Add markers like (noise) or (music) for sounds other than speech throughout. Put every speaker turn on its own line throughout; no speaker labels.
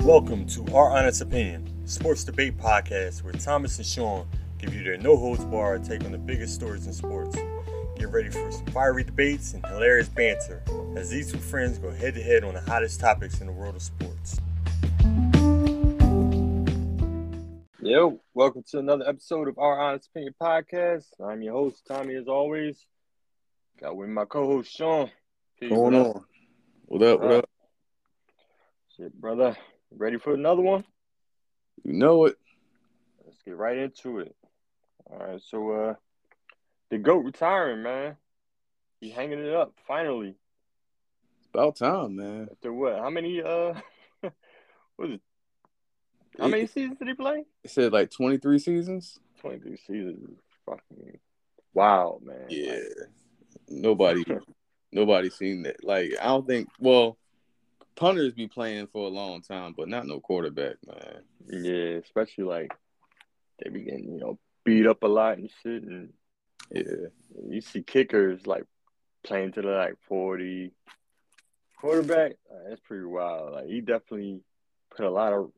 Welcome to Our Honest Opinion, sports debate podcast where Thomas and Sean give you their no holds barred take on the biggest stories in sports. Get ready for some fiery debates and hilarious banter as these two friends go head to head on the hottest topics in the world of sports.
Yo, welcome to another episode of Our Honest Opinion Podcast. I'm your host, Tommy, as always. Got with my co host, Sean. Peace,
going
brother.
on? What up? What
Right.
up?
Shit, brother. Ready for another one?
You know it.
Let's get right into it. All right, so uh the GOAT retiring, man. He hanging it up finally.
It's about time, man.
After what? How many uh (laughs) what was it? How
It-
many seasons did he play?
It said like 23 seasons.
Twenty three seasons is fucking wild, man.
Yeah. Nobody, nobody seen that. Like I don't think. Well, punters be playing for a long time, but not no quarterback, man.
Yeah, especially like they be getting, you know, beat up a lot and shit. And
Yeah.
you see kickers like playing to the like 40. Quarterback, uh, that's pretty wild. Like, he definitely put a lot of,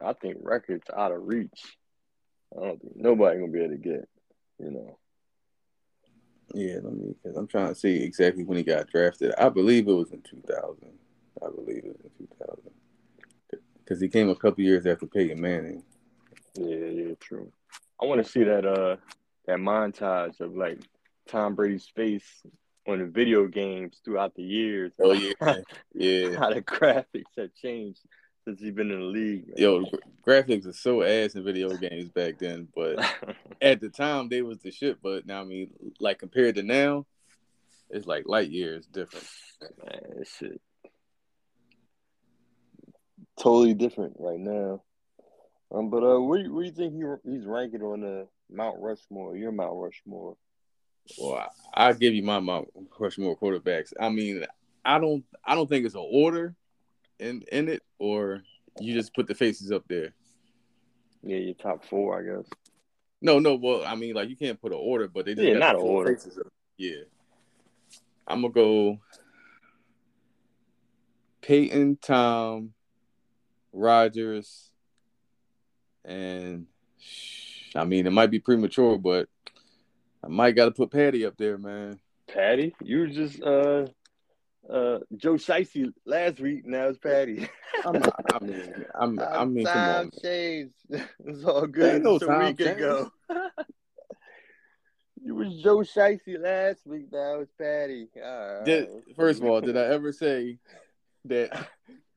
I think, records out of reach. I don't think nobody gonna be able to get, you know.
Yeah. Let me. Cause I'm trying to see exactly when he got drafted. I believe it was in 2000. I believe it was in 2000. Cause he came a couple years after Peyton Manning.
Yeah, yeah, true. I want to see that uh that montage of like Tom Brady's face on the video games throughout the years.
Oh (laughs) yeah. yeah.
how the (laughs) graphics have changed since he's been in the league. man. (laughs)
Yo, gra- graphics are so ass in video games back then, but
(laughs)
at the time they was the shit, but now I mean, like compared to now, it's like light years different.
man, this shit totally different right now. Um, but uh, where, you- where you think he he's ranking on the Mount Rushmore? Your Mount Rushmore?
Well, I- I'll give you my Mount Rushmore quarterbacks. I mean, I don't, I don't think it's an order in in it, or you just put the faces up there.
Yeah, your top four, I guess.
No, no. Well, I mean, like you can't put an order, but they just
Yeah,
got
not
the
an
four
order.
faces up. Yeah, I'm gonna go Peyton, Tom, Rogers, and sh- I mean, it might be premature, but I might got to put Patty up there, man.
Patty, you were just uh uh Joe Shicey last week. Now it's Patty.
I'm, I mean, (laughs) I'm, (laughs) I mean, come on. man.
Time changed. (laughs) It's all
There
good.
ain't no
it's a
time
week ago. (laughs) you was Joe Shicey last week. Now it's Patty. All
Did,
right.
first of all, did I ever say that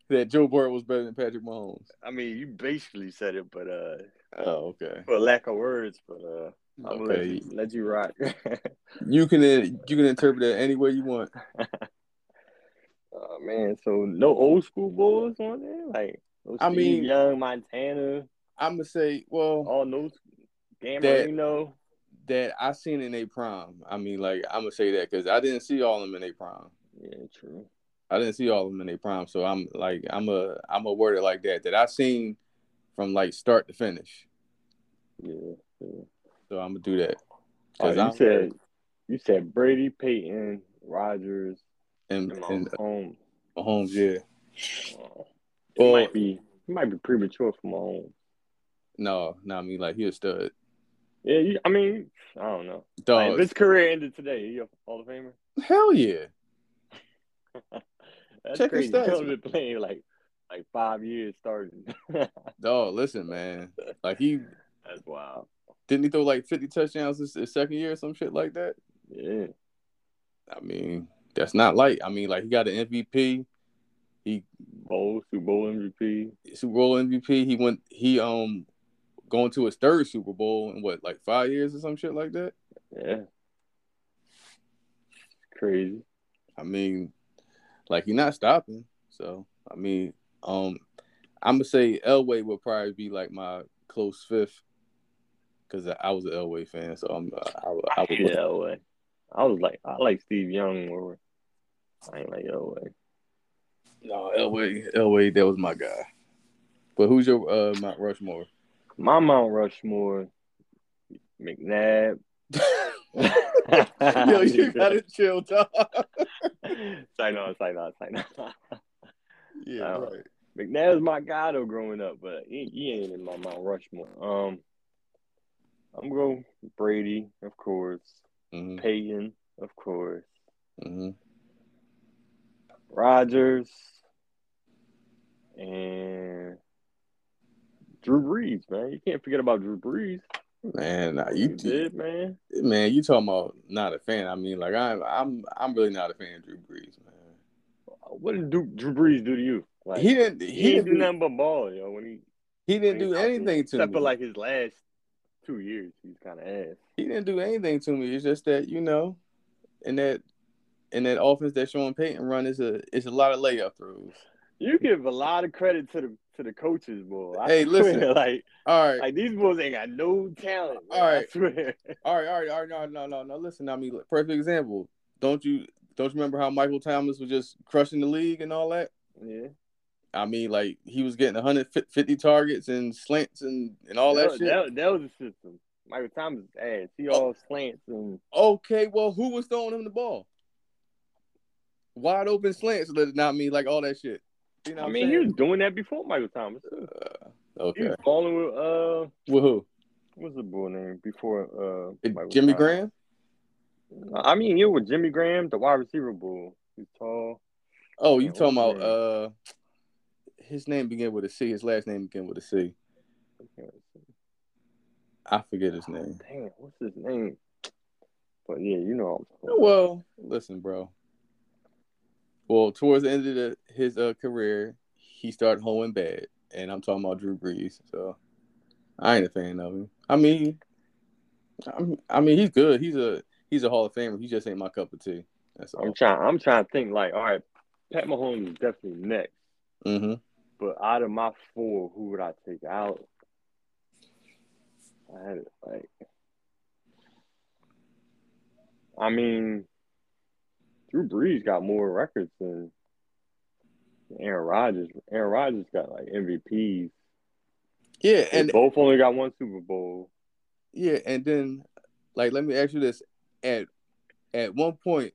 that Joe Burrow was better than Patrick Mahomes?
I mean, you basically said it, but uh,
Oh, okay.
for lack of words, but uh, I'm gonna let
Okay,
you, let you rock. (laughs)
You can you can interpret it any way you want.
oh man, so no old school boys on there, like no
I
Steve
mean-
Young, Montana,
I'm gonna say, well,
all those Dan
That-
Marino.
that I seen in a prime. I mean, like I'm gonna say that because I didn't see all of them in a prime.
Yeah, true.
I didn't see all of them in a prime, so I'm like I'm a I'm a word it like that that I seen from like start to finish.
Yeah.
So I'm gonna do that.
Oh,
'Cause
you
I'm-
said you said Brady, Peyton, Rogers,
and,
and
and uh,
Mahomes.
Mahomes, yeah.
Well, it
Well,
might be it might be premature for Mahomes.
no, no, I mean like he a stud.
Yeah, you, I mean, I don't know. Like, if
Dog,
his career ended today, he a Hall of Famer.
hell yeah.
That's
Check his
crazy. (laughs)
stats,
He's only
man.
been playing like like five years starting. (laughs) That's
Dog, listen, man. Like he
wild.
didn't he throw like 50 touchdowns his, his second year or some shit like that.
Yeah,
I mean, that's not light. I mean, like he got an MVP.
bowl Super Bowl MVP.
Super Bowl MVP. He went he um going to his third Super Bowl in what like five years or some shit like that.
Yeah, crazy.
I mean, like he's not stopping. So I mean, um, I'm gonna say Elway will probably be like my close fifth because I, I was an Elway fan. So I'm uh, I, would- I would
Yeah, Elway. I was like, I like Steve Young more. I ain't like Elway.
no Elway Elway that was my guy. But who's your uh Mount Rushmore? (laughs)
My Mount Rushmore, McNabb. (laughs)
Yo, you gotta chill, dog.
Sign on, (laughs) sign on, sign on.
yeah,
Oh.
right.
McNair's my guy though growing up, but he, he ain't in my Mount Rushmore. Um, I'm going Brady, of course.
hmm
Peyton, of course.
hmm
Rodgers and Drew Brees, man. You can't forget about Drew Brees.
Man, nah,
You
Uh, you,
did, man.
man, you talking about not a fan? I mean, like I'm, I'm, I'm really not a fan of Drew Brees, man.
What did Drew, Drew Brees do to you? Like
He didn't, he,
he,
didn't,
didn't do
do,
nothing but ball, yo. When he
he didn't
when
do
he out there,
anything to
except
me.
for like his last two years, he's kind of ass.
he didn't do anything to me. It's just that you know, in that, in that offense that Sean Payton run is a, it's a lot of layup throws.
You give a lot of credit to the to the coaches, boy. I
Hey,
swear,
listen.
(laughs) like
All right,
like these boys ain't got no talent. All
All
right, I
right.
swear. (laughs)
All right, all right, all right, no, no, no, no. Listen, I mean, perfect example. Don't you don't you remember how Michael Thomas was just crushing the league and all that?
Yeah,
I mean, like he was getting 150 targets and slants and and all that,
was-
shit. Oh.
That, that was the system. Michael Thomas is ass. He all slants and
Okay, well, who was throwing him the ball? Wide open slants, that not me, like all that shit. You know,
I
what
mean,
I'm
he
saying?
was doing that before Michael Thomas.
Uh,
He
okay.
was falling with uh,
Well, who?
what's the boy name before uh Michael
Jimmy
Thomas.
Graham.
I mean, you with Jimmy Graham, the wide receiver bull. He's tall.
Oh, you
Yeah,
talking about
what's his
uh, his name began with a C. His last name began with a C. I forget his name.
Damn, what's his name? But yeah, you know. what I'm talking about.
Well, listen, bro. Well, towards the end of the, his uh, career, he started hoeing bad, and I'm talking about Drew Brees. So I ain't a fan of him. I mean, I'm, I mean he's good. He's a he's a Hall of Famer. He just ain't my cup of tea. That's all.
I'm trying. I'm trying to think. Like, all right, Pat Mahomes is definitely next.
hmm
But out of my four, who would I take out? I had it like. I mean, Drew Brees got more records than Aaron Rodgers. Aaron Rodgers got like MVPs.
Yeah,
They
and
both only got one Super Bowl.
yeah, and then like let me ask you this: at at one point,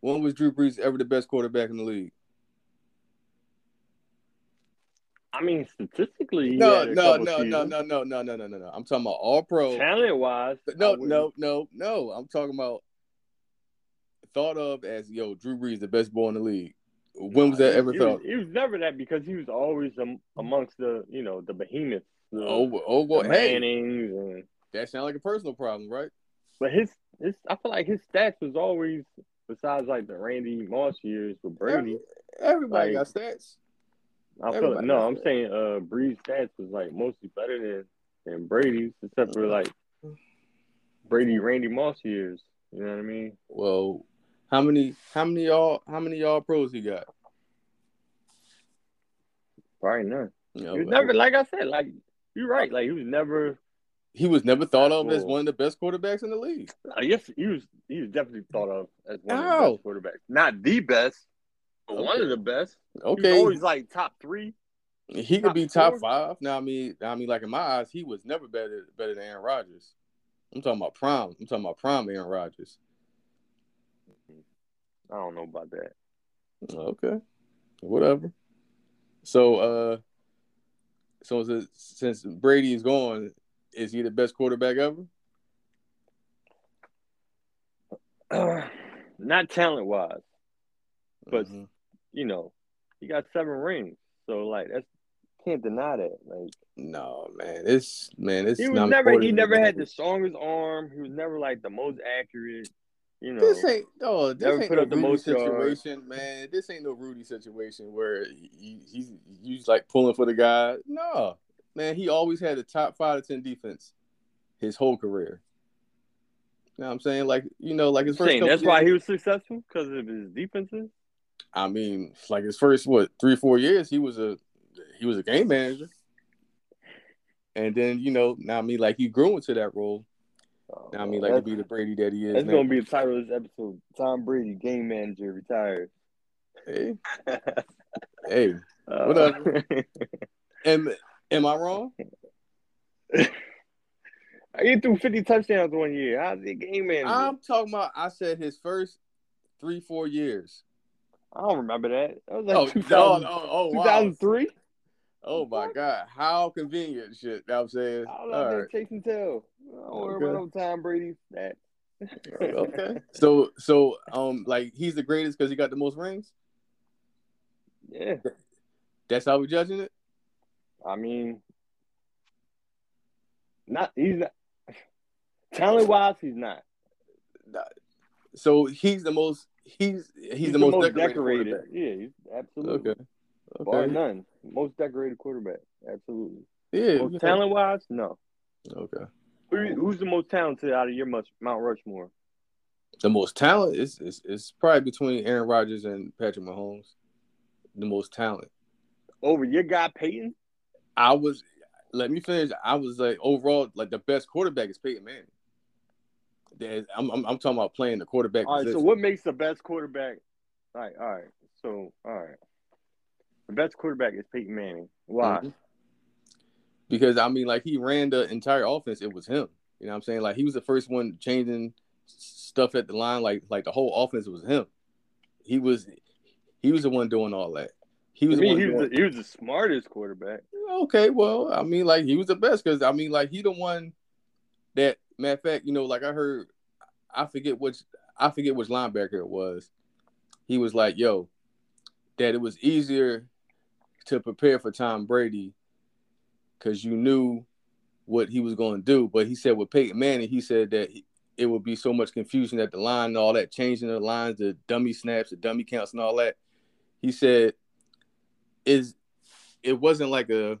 when was Drew Brees ever the best quarterback in the league?
I mean, statistically, he
No,
had a
no,
couple
no, no,
seasons.
no, no, no, no, no, no, no. I'm talking about All Pro.
Talent wise,
No, no, no, no. I'm talking about thought of as yo Drew Brees the best ball in the league. When was that ever
He
thought?
was, he was never that because he was always am- amongst the you know the behemoths. The,
Oh, oh,
the
well, hey,
Mannings and
that sounds like a personal problem, right?
But his, his, I feel like his stats was always, besides like the Randy Moss years with Brady,
Everybody
Like-
got stats.
I feel like,
everybody
no,
got
I'm
that.
saying uh, Bree's stats was like mostly better than, than Brady's, except for like Brady, Randy Moss years. You know what I mean?
Well, how many, how many y'all, how many y'all pros he got?
Probably none.
You know,
He was never, like I said, like, you're right. Like, he was never,
he was never thought of as
Cool.
one of the best quarterbacks in the league.
I guess he was, he was definitely thought of as one of the
How?
best quarterbacks. Not the best, but one
Oh. Okay.
of the best. He was
Okay,
always like top three.
he could be top
top four?
five. Now, I mean, I mean, like in my eyes, he was never better better than Aaron Rodgers. I'm talking about prime. I'm talking about prime Aaron Rodgers.
I don't know about that.
Okay. Whatever. So uh so is it, since Brady is gone, is he the best quarterback ever?
not talent wise, But-
Mhm.
you know, he got seven rings. So like that's can't deny that. Like
no, man. It's man, it's
he
not
was never he
important.
never had the strongest arm. He was never like the most accurate. You know,
This ain't oh, this
Never
ain't
put
no
up the
Rudy
most yards.
situation, man. This ain't no Rudy situation where he, he's you just like pulling for the guy. No, man, he always had a top five to ten defense his whole career. You know what I'm saying? Like you know, like his first.
saying
couple
that's why
years-
he was successful because of his defenses.
I mean, like his first what three four years, he was a he was a game manager, and then you know now I mean like he grew into that role.
Oh,
Now I mean like to
that's,
be the Brady that he is.
that's
now.
gonna be the title of this episode. Tom Brady, game
(laughs)
manager, retired. Uh,
hey, hey, What up?
(laughs)
am am I wrong?
I get through fifty touchdowns one year. How's he a game manager?
I'm talking about. I said his first three four years.
I don't remember that. That was like
Oh,
2000,
oh, oh, oh, wow.
2003?
Oh my god, how convenient shit. You know what I'm saying.
I
All
love
right.
that chase and tell. I don't worry about no Tom Brady. That
okay. So so um like he's the greatest because he got the most rings.
(laughs) yeah.
That's how we judging it.
I mean, not he's not talent wise. He's not.
So he's the most he's he's, the, most, decorated. quarterback.
Yeah, he's absolutely
Okay.
bar
Okay.
none. Most decorated quarterback. Absolutely.
Yeah.
Most talent wise, no.
Okay.
Who, who's the most talented out of your Mus- Mount Rushmore?
The most talent is is is probably between Aaron Rodgers and Patrick Mahomes. The most talent.
Over your guy Peyton?
I was let me finish. I was like overall like the best quarterback is Peyton Manning. There's- I'm, I'm I'm talking about playing the quarterback
All right. So
position.
what makes the best quarterback? All right. All right. So all right. The best quarterback is Peyton Manning. Why?
Mhm. Because I mean, like he ran the entire offense. It was him. You know what I'm saying? Like he was the first one changing s- stuff at the line. Like like the whole offense was him. He was he was the one doing all that. He
To
was
me,
the one.
he
doing-
was the, he was the smartest quarterback.
Okay, well, I mean, like he was the best because I mean, like he the one that matter of fact, you know, like I heard, I forget which I forget which linebacker it was. He was like, "Yo, that it was easier to prepare for Tom Brady because you knew what he was going to do." But he said with Peyton Manning, he said that he- it would be so much confusion at the line and all that, changing the lines, the dummy snaps, the dummy counts, and all that. He said, "Is it wasn't like a."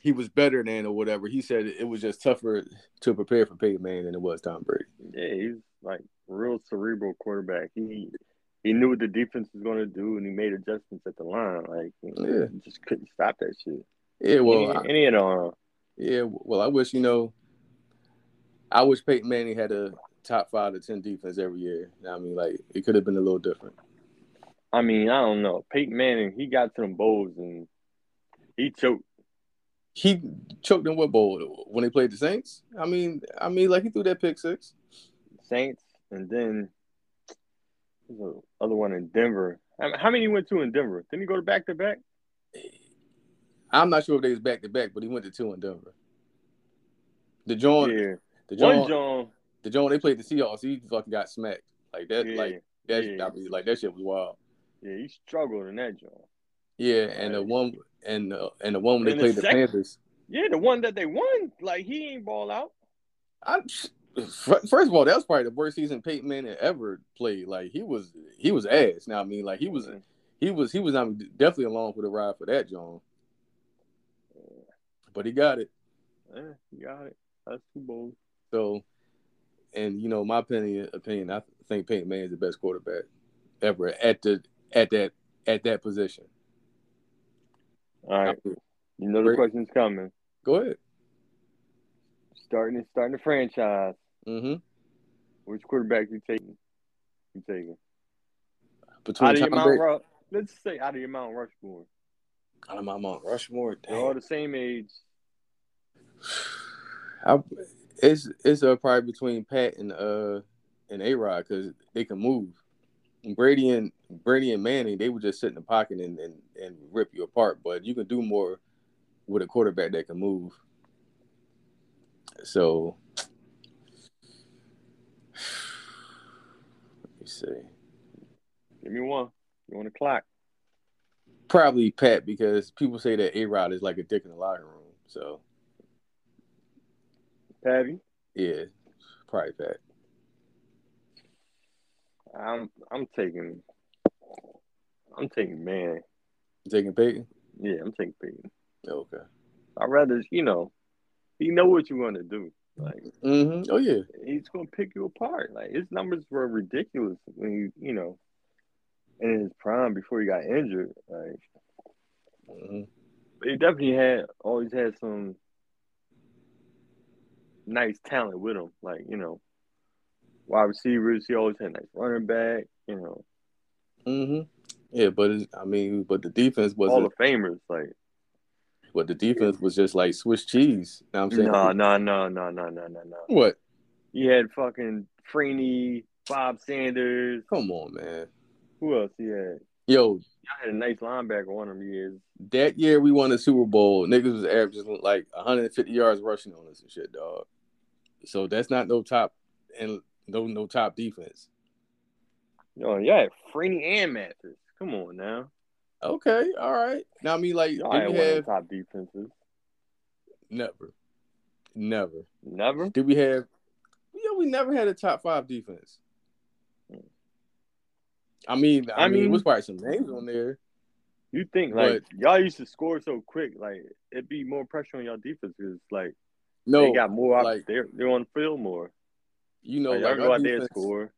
he was better than or whatever. He said it was just tougher to prepare for Peyton Manning than it was Tom Brady.
Yeah, he's like real cerebral quarterback. He he knew what the defense was going to do, and he made adjustments at the line. Like, you know,
Yeah.
he just couldn't stop that shit.
Yeah, well,
and,
I,
he, and he had uh, arm.
yeah, well, I wish you know, I wish Peyton Manning had a top five to ten defense every year. You know what I mean, like it could have been a little different.
I mean, I don't know. Peyton Manning, he got to them bowls and he choked.
He choked in what bowl when they played the Saints? I mean, I mean, like he threw that pick six.
Saints, and then there's a other one in Denver. I mean, how many he went to in Denver? Didn't he go to back to back?
I'm not sure if they was back to back, but he went to two in Denver. The John,
Yeah,
the
one
John,
John.
the John, they played the Seahawks. He fucking got smacked like that.
Yeah,
Like that,
yeah.
I mean, like that shit was wild.
yeah, he struggled in that John.
Yeah, and the
Right.
one and the, and the one when they
And the
played the
second-
Panthers.
Yeah, the one that they won. Like he ain't ball out.
I, fir- first of all, that was probably the worst season Peyton Manning ever played. Like he was he was ass. Now I mean, like he was he was he was I mean, definitely along for the ride for that John. But he got it.
Yeah, you got it. That's too bold.
So, and you know my opinion opinion I think Peyton Manning is the best quarterback ever at the at that at that position.
All right. You know the
Great.
question's coming.
Go ahead.
Starting starting the franchise.
hmm
Which quarterback you taking? You taking out
Between
of your
Tom
Mount
Brady,
Rush. Let's say out of your Mount Rushmore.
out of my Mount Rushmore.
They're
damn.
all the same age.
I, it's it's uh, probably between Pat and uh and A Rod because they can move. Brady and Brady and Manning, they would just sit in the pocket and, and, and rip you apart. But you can do more with a quarterback that can move. So let me see.
Give me one. You on the clock?
Probably Pat because people say that A Rod is like a dick in the locker room. So
Patty.
yeah, probably Pat.
I'm I'm taking I'm taking man.
You taking Peyton?
Yeah, I'm taking Peyton.
Okay.
I'd rather you know, he know what you're gonna do. Like
Mm-hmm. Oh yeah.
he's gonna pick you apart. Like his numbers were ridiculous when you you know, and in his prime before he got injured. Like
hmm
but he definitely had always had some nice talent with him. Like you know, wide receivers. He always had nice running back. You know,
hmm Yeah, but it's, I mean, but the defense was
all
not
the famers. Like
but the defense was just like Swiss cheese. You know what I'm saying,
no, no, no, no, no, no, no, no.
what?
He had fucking Freeney, Bob Sanders.
Come on, man.
Who else he had?
Yo,
Y'all had a nice linebacker one of them years.
that year we won the Super Bowl, niggas was averaging like 150 yards rushing on us and shit, dog. So that's not no top and no no top defense.
Yo, y'all had Freeney and Mathis. Come on now.
Okay, all right. Now I mean, like
Y'all
did we
had one of the
have
top defenses.
never, never.
Never.
Did we have? Yeah, we never had a top five defense. I mean, I,
I
mean, it
mean-
was probably some names on there.
You think like y'all used to score so quick, like it'd be more pressure on y'all defense because like
No,
they got more. op-
like-
they're they're on the field more.
you know,
like,
like,
y'all
our
go out there and
defense-
score.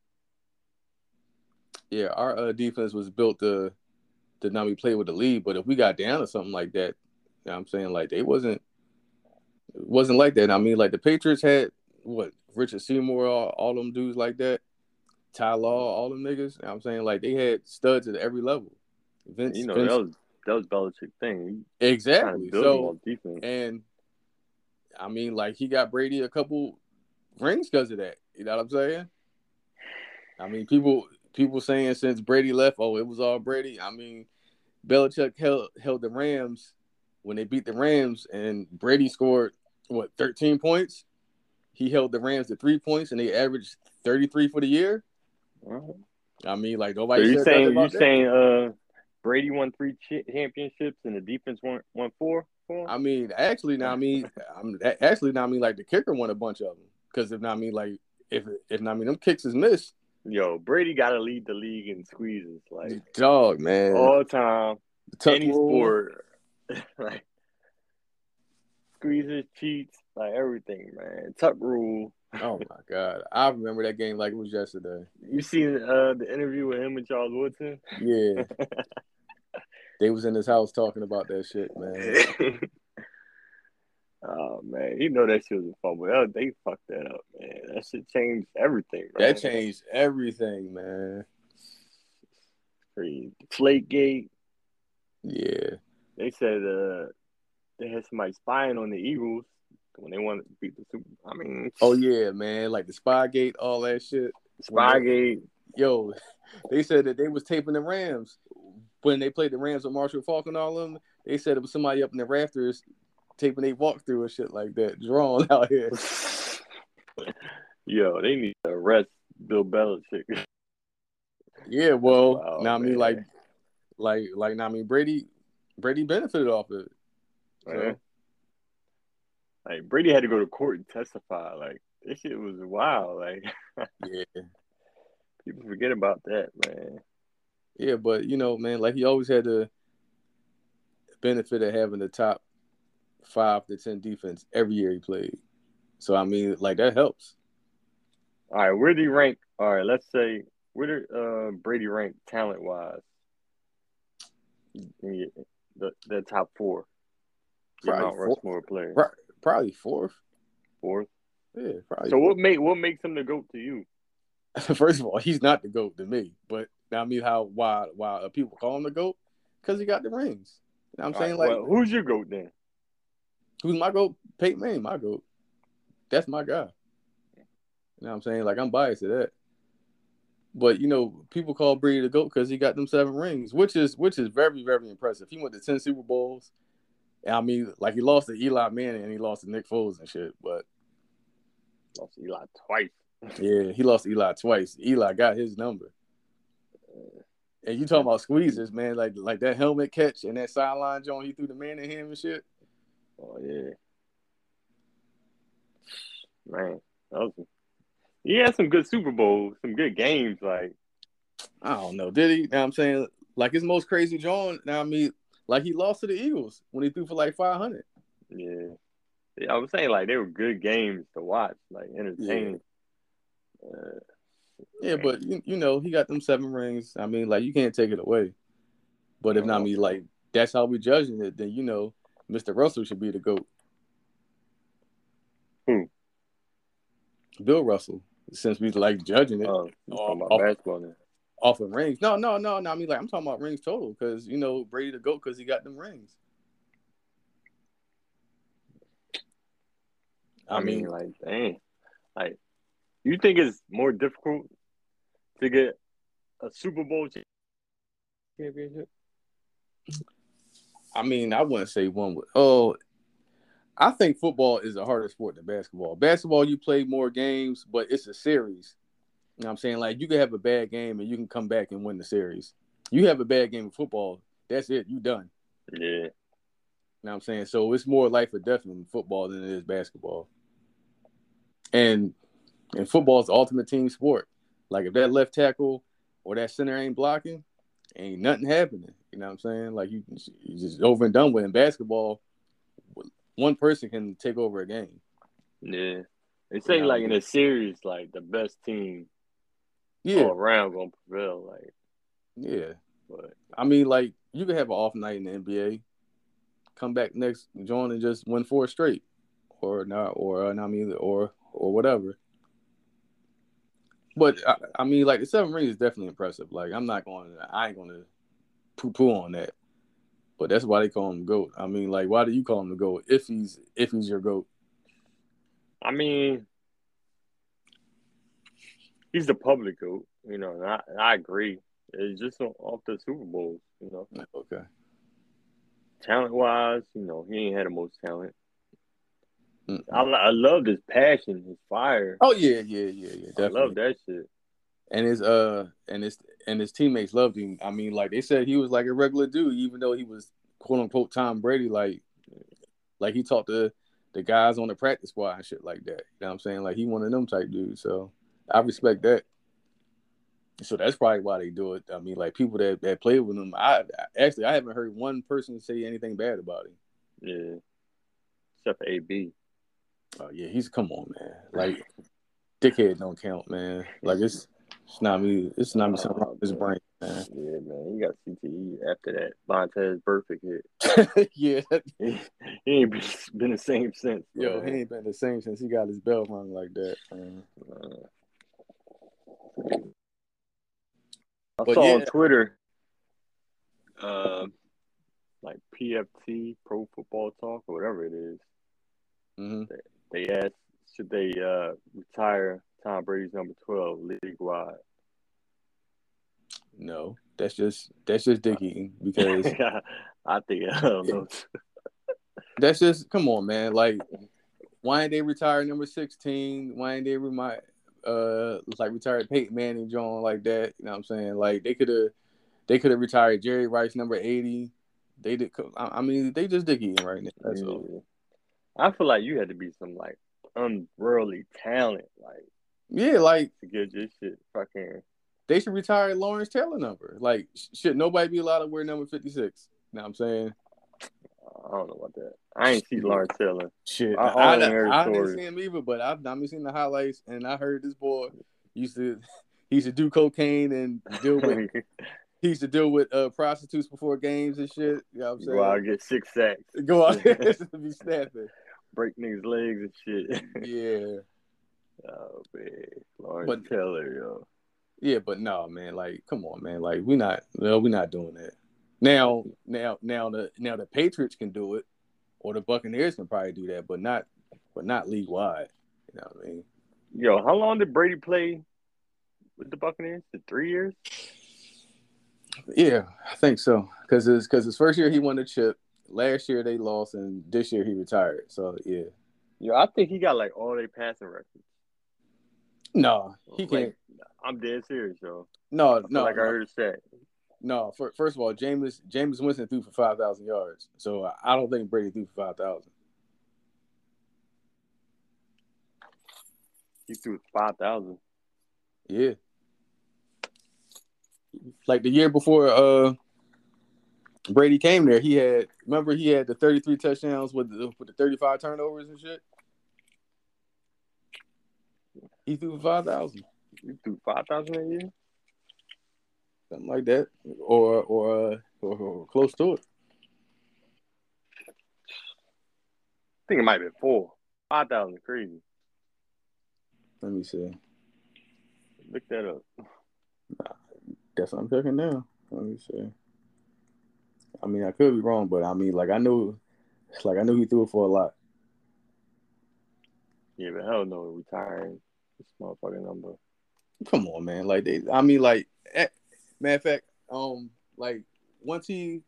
yeah, our uh, defense was built to to not be play with the lead. But if we got down or something like that, you know what I'm saying like they wasn't it wasn't like that. I mean, like the Patriots had what Richard Seymour, all, all them dudes like that, Ty Law, all them niggas. You know what I'm saying like they had studs at every level. Vince,
You know
Vince-
that was that was Belichick thing. He kind
exactly.
of built
So
on defense.
and I mean, like he got Brady a couple rings because of that. You know what I'm saying? I mean, people people saying since Brady left, oh, it was all Brady. I mean, Belichick held held the Rams when they beat the Rams, and Brady scored what 13 points. He held the Rams to three points, and they averaged 33 for the year.
Well,
I mean, like
so
nobody.
you
said nothing
saying you
about that.
saying uh Brady won three chi- championships and the defense won won four? four?
I mean, actually, now I mean, I'm, a- actually, now I mean, like the kicker won a bunch of them because if not, I mean, like if if not, I mean, them kicks is missed.
Yo, Brady got to lead the league in squeezes, like
Dog, man,
all time,
Tuck
any
rule.
sport, (laughs) like squeezes, cheats, like everything, man. Tuck rule.
Oh my god, I remember that game like it was yesterday.
You seen uh, the interview with him and Charles Woodson?
Yeah,
(laughs)
they was in his house talking about that shit, man.
(laughs) oh man, you know that shit was a fumble. That- They fucked that up, man. That shit changed everything. Right?
That changed everything, man.
Crazy. Flake gate.
Yeah,
They said uh, they had somebody spying on the Eagles when they wanted to beat the Super. I mean,
oh yeah, man, like the Spygate, all that shit.
Spygate. (laughs)
Yo, they said that they was taping the Rams when they played the Rams with Marshall Falk and all of them. They said it was somebody up in the rafters taping they walkthrough and shit like that, drawn out here.
Yo, they need to arrest Bill Belichick. (laughs)
Yeah, well,
Wow,
now I mean
Oh, man.
like, like, like now I mean Brady, Brady benefited off of it. So,
man. Like Brady had to go to court and testify. Like this shit was wild. Like (laughs)
yeah,
people forget about that, man.
yeah, but you know, man, like he always had the benefit of having the top five to ten defense every year he played. So I mean, like that helps.
All right, where do you rank? All right, let's say where did uh, Brady rank talent wise? The the top four. Your
Probably
Mount
four-
Rushmore players.
Right. Probably fourth.
Fourth.
Yeah, probably.
So what make what makes him the goat to you?
(laughs) First of all, he's not the goat to me, but I mean, how why why uh, people call him the goat? Because he got the rings. You know what I'm saying,
All
like,
right, well, who's your goat then?
who's my goat? Peyton Manning, my goat. That's my guy. You know what I'm saying? Like I'm biased to that. But you know, people call Brady the goat because he got them seven rings, which is which is very very impressive. He went to ten Super Bowls. And I mean, like he lost to Eli Manning and he lost to Nick Foles and shit. But
Lost to Eli twice.
yeah, he lost to Eli twice. Eli got his number. And you talking about squeezers, man? Like like that helmet catch and that sideline joint he threw the man at him and shit.
Oh yeah. Man, that was he had some good Super Bowls, some good games. Like
I don't know. Did he? You know what I'm saying? Like his most crazy drawing. Now I mean, like he lost to the Eagles when he threw for like 500.
yeah, yeah. I was saying like they were good games to watch, like entertaining. Uh,
Yeah, but you, you know he got them seven rings. I mean, like you can't take it away. But if not, I mean, like that's how we judging it. Then you know, Mr. Russell should be the goat.
Who?
Bill Russell. Since we like judging it
Oh, you talking about
Oh.
basketball now.
off of rings. No, no, no, no. I mean, like I'm talking about rings total because you know Brady the goat because he got them rings.
I, mean, like, dang, like, you think it's more difficult to get a Super Bowl ch- championship?
I mean, I wouldn't say one would. Oh, I think football is a harder sport than basketball. Basketball, you play more games, but it's a series. You know what I'm saying? Like, you can have a bad game and you can come back and win the series. You have a bad game of football, that's it. You done.
Yeah.
You know what I'm saying? So it's more life or death in football than it is basketball. And and football is the ultimate team sport. Like if that left tackle or that center ain't blocking, ain't nothing happening. You know what I'm saying? Like you, you just over and done with. In basketball, one person can take over a game.
Yeah. They say
Yeah.
like in a series, like the best team
Yeah,
all around gonna prevail. Like,
yeah.
but
I mean, like you could have an off night in the NBA, come back next join and just win four straight, or not, or uh, not I mean, or or whatever. But I, I mean, like the seven rings is definitely impressive. Like I'm not going, to I ain't going to poo poo on that. But that's why they call him goat. I mean, like why do you call him the goat if he's if he's your goat?
I mean, he's the public goat, you know. And I, and I agree. It's just on- off the Super Bowl, you know.
Okay,
Talent wise, you know, he ain't had the most talent.
Mm.
I, li- I love his passion, his fire.
oh yeah, yeah, yeah, yeah.
I
Definitely.
love that shit.
and his uh and his and his teammates loved him. I mean, like they said, he was like a regular dude, even though he was quote unquote Tom Brady. Like, like he talked to the guys on the practice squad and shit like that. You know what I'm saying? Like he one of them type dudes. So I respect that. So that's probably why they do it. I mean, like people that that played with him, I, I- actually I haven't heard one person say anything bad about him.
Yeah. Except for AB.
Oh yeah, he's come on, man. Like dickhead don't count, man. Like it's it's not me. It's not me. Something wrong with his brain, man.
Yeah, man. He got CTE after that Montez Burfict hit. (laughs)
(laughs) yeah,
he ain't been, been the same since.
Yo,
man.
he ain't been the same since he got his bell rung like that. Man.
I
But
saw on
yeah.
Twitter, um, like PFT, Pro Football Talk, or whatever it is.
Mhm.
They asked, should they uh, retire Tom Brady's number twelve league wide?
No, that's just that's just dick (laughs) eating because
(laughs) I think I don't know.
that's just come on, man. Like, why ain't they retire number sixteen? Why ain't they remind uh like retired Peyton Manning, John like that? You know what I'm saying? Like they could have they could have retired Jerry Rice number eighty. They did. I I mean, they just dick eating right now. That's all.
Yeah. I feel like you had to be some like unworldly talent, like
Yeah, like
to get this shit fucking.
they should retire Lawrence Taylor number. Like, sh- should nobody be allowed to wear number fifty six? You know what I'm saying?
I don't know about that. I ain't see Lawrence
(laughs)
Taylor.
Shit,
I-
I,
I
I,
done heard
I, didn't
stories.
see him either, but I've not seen the highlights, and I heard this boy used to (laughs) he used to do cocaine and deal
(laughs)
with he used to deal with uh, prostitutes before games and shit. You know what I'm saying?
Go out and get six sacks,
(laughs) Go out there and be snapping.
break niggas' legs and shit. (laughs)
Yeah,
Oh man, Lawrence
But-
Taylor, yo.
yeah, but no, man. Like, come on, man. Like, we not no, we not doing that. Now, now, now the now the Patriots can do it, or the Buccaneers can probably do that, but not but not league wide. You know what I mean?
Yo, how long did Brady play with the Buccaneers? The three years?
Yeah, I think so. Because his because his first year he won the chip. Last year they lost, and this year he retired. So yeah,
Yo, I think he got like all they passing records.
no, he
Like,
can't.
I'm dead serious, yo. I
no,
feel
no,
like I
no.
heard a stat.
no. Fir- first of all, James James Winston threw for five thousand yards. So I- I don't think Brady threw for five thousand.
He threw five thousand.
Yeah, like the year before uh Brady came there, he had remember he had the thirty three touchdowns with the, with the thirty five turnovers and shit. He threw for five thousand.
He threw five thousand a year.
something like that, or or uh, or, or close to it.
I think it might have been four. Five thousand, crazy.
Let me see.
Look that up.
That's what I'm checking now. Let me see. I mean, I could be wrong, but I mean, like I knew, like I knew he threw it for a lot.
Yeah, but hell no, retiring this motherfucking number.
Come on, man. Like they, I mean, like eh, matter of fact, um, like once he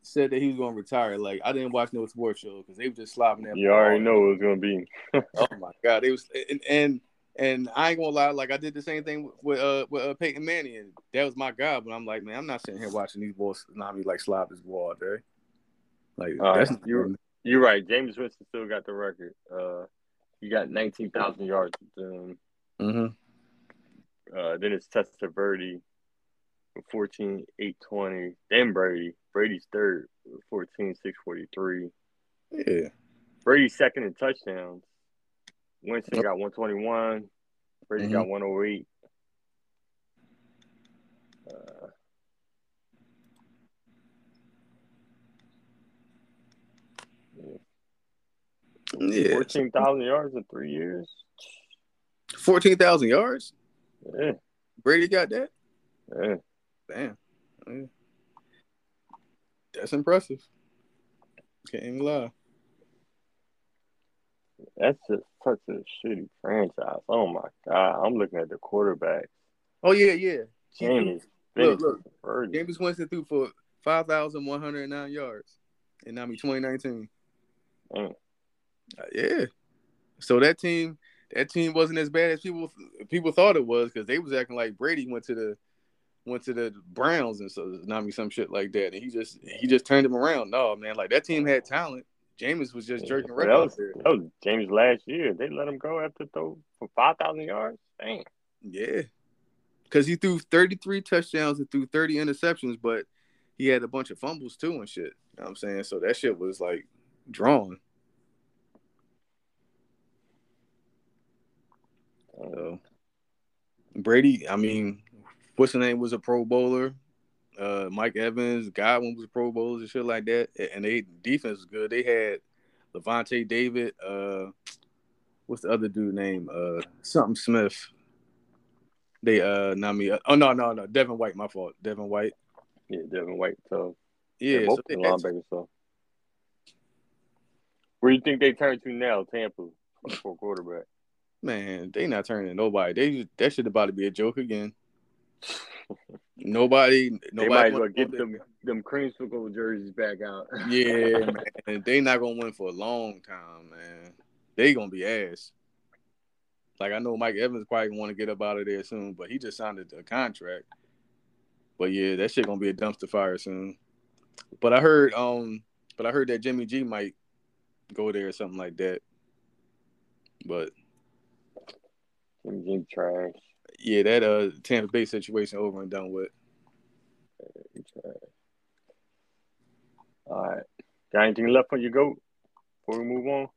said that he was going to retire, like I didn't watch no sports show because they were just slobbing that.
You
ball.
already know it was gonna be.
Oh my god, they was and, and and I ain't gonna lie, like I did the same thing with uh with uh, Peyton Manning, and that was my god. But I'm like, man, I'm not sitting here watching these balls not be like slob this ball, all day. Like
Uh,
that's not
you- You're right. James Winston still got the record. Uh, he got nineteen thousand yards. Um,
hmm
uh, then it's Testa Verde with 14, 820. Then Brady. Brady's third with 14, 643.
Yeah,
Brady's second in touchdowns. Winston got 121. Brady got 108. Uh,
yeah,
14,000 yards in three years.
fourteen thousand yards.
Yeah,
Brady got that.
yeah.
Damn, Yeah. that's impressive. Can't even lie.
That's just such a shitty franchise. Oh my God. I'm looking at the quarterback.
Oh yeah, yeah.
James.
Look, look.
Winston, Purdy.
James Winston threw for five thousand one hundred nine yards, and now be twenty nineteen. Uh,
Mm.
yeah, so that team, that team wasn't as bad as people people thought it was because they was acting like Brady went to the went to the Browns and so I mean some shit like that, and he just he just turned them around. No man, like that team had talent. Jameis was just jerking
Yeah,
right
that
out
was,
there.
that was James last year. They let him go after throw for five thousand yards. Dang.
Yeah. Cause he threw 33 touchdowns and threw 30 interceptions, but he had a bunch of fumbles too and shit. You know what I'm saying? So that shit was like drawn.
Uh,
So Brady, I mean, what's the name was a pro bowler. Uh Mike Evans, Godwin was pro bowlers and shit like that. A- And they defense was good. They had Levante David, uh what's the other dude name? Uh something Smith. They uh not me. Oh no, no, no. Devin White, my fault. Devin White.
Yeah, Devin White. So
Yeah, so
yeah, both
they
of the
had-
linebackers. So where do you think they turn to now? Tampa for quarterback.
Man, they not turning nobody. They that shit about to be a joke again. Nobody,
They
nobody.
might as well
wanna
get
go
them them creamsicle jerseys back out.
there.
(laughs)
Yeah, man. They not gonna win for a long time, man. They gonna be ass. Like I know Mike Evans probably gonna want to get up out of there soon, but he just signed a, a contract. But yeah, that shit gonna be a dumpster fire soon. But I heard, um, but I heard that Jimmy G might go there or something like that. But
Jimmy G trash.
yeah, that uh Tampa Bay situation over and done with.
He trash. All right. Got anything left for you, goat? Before we move on.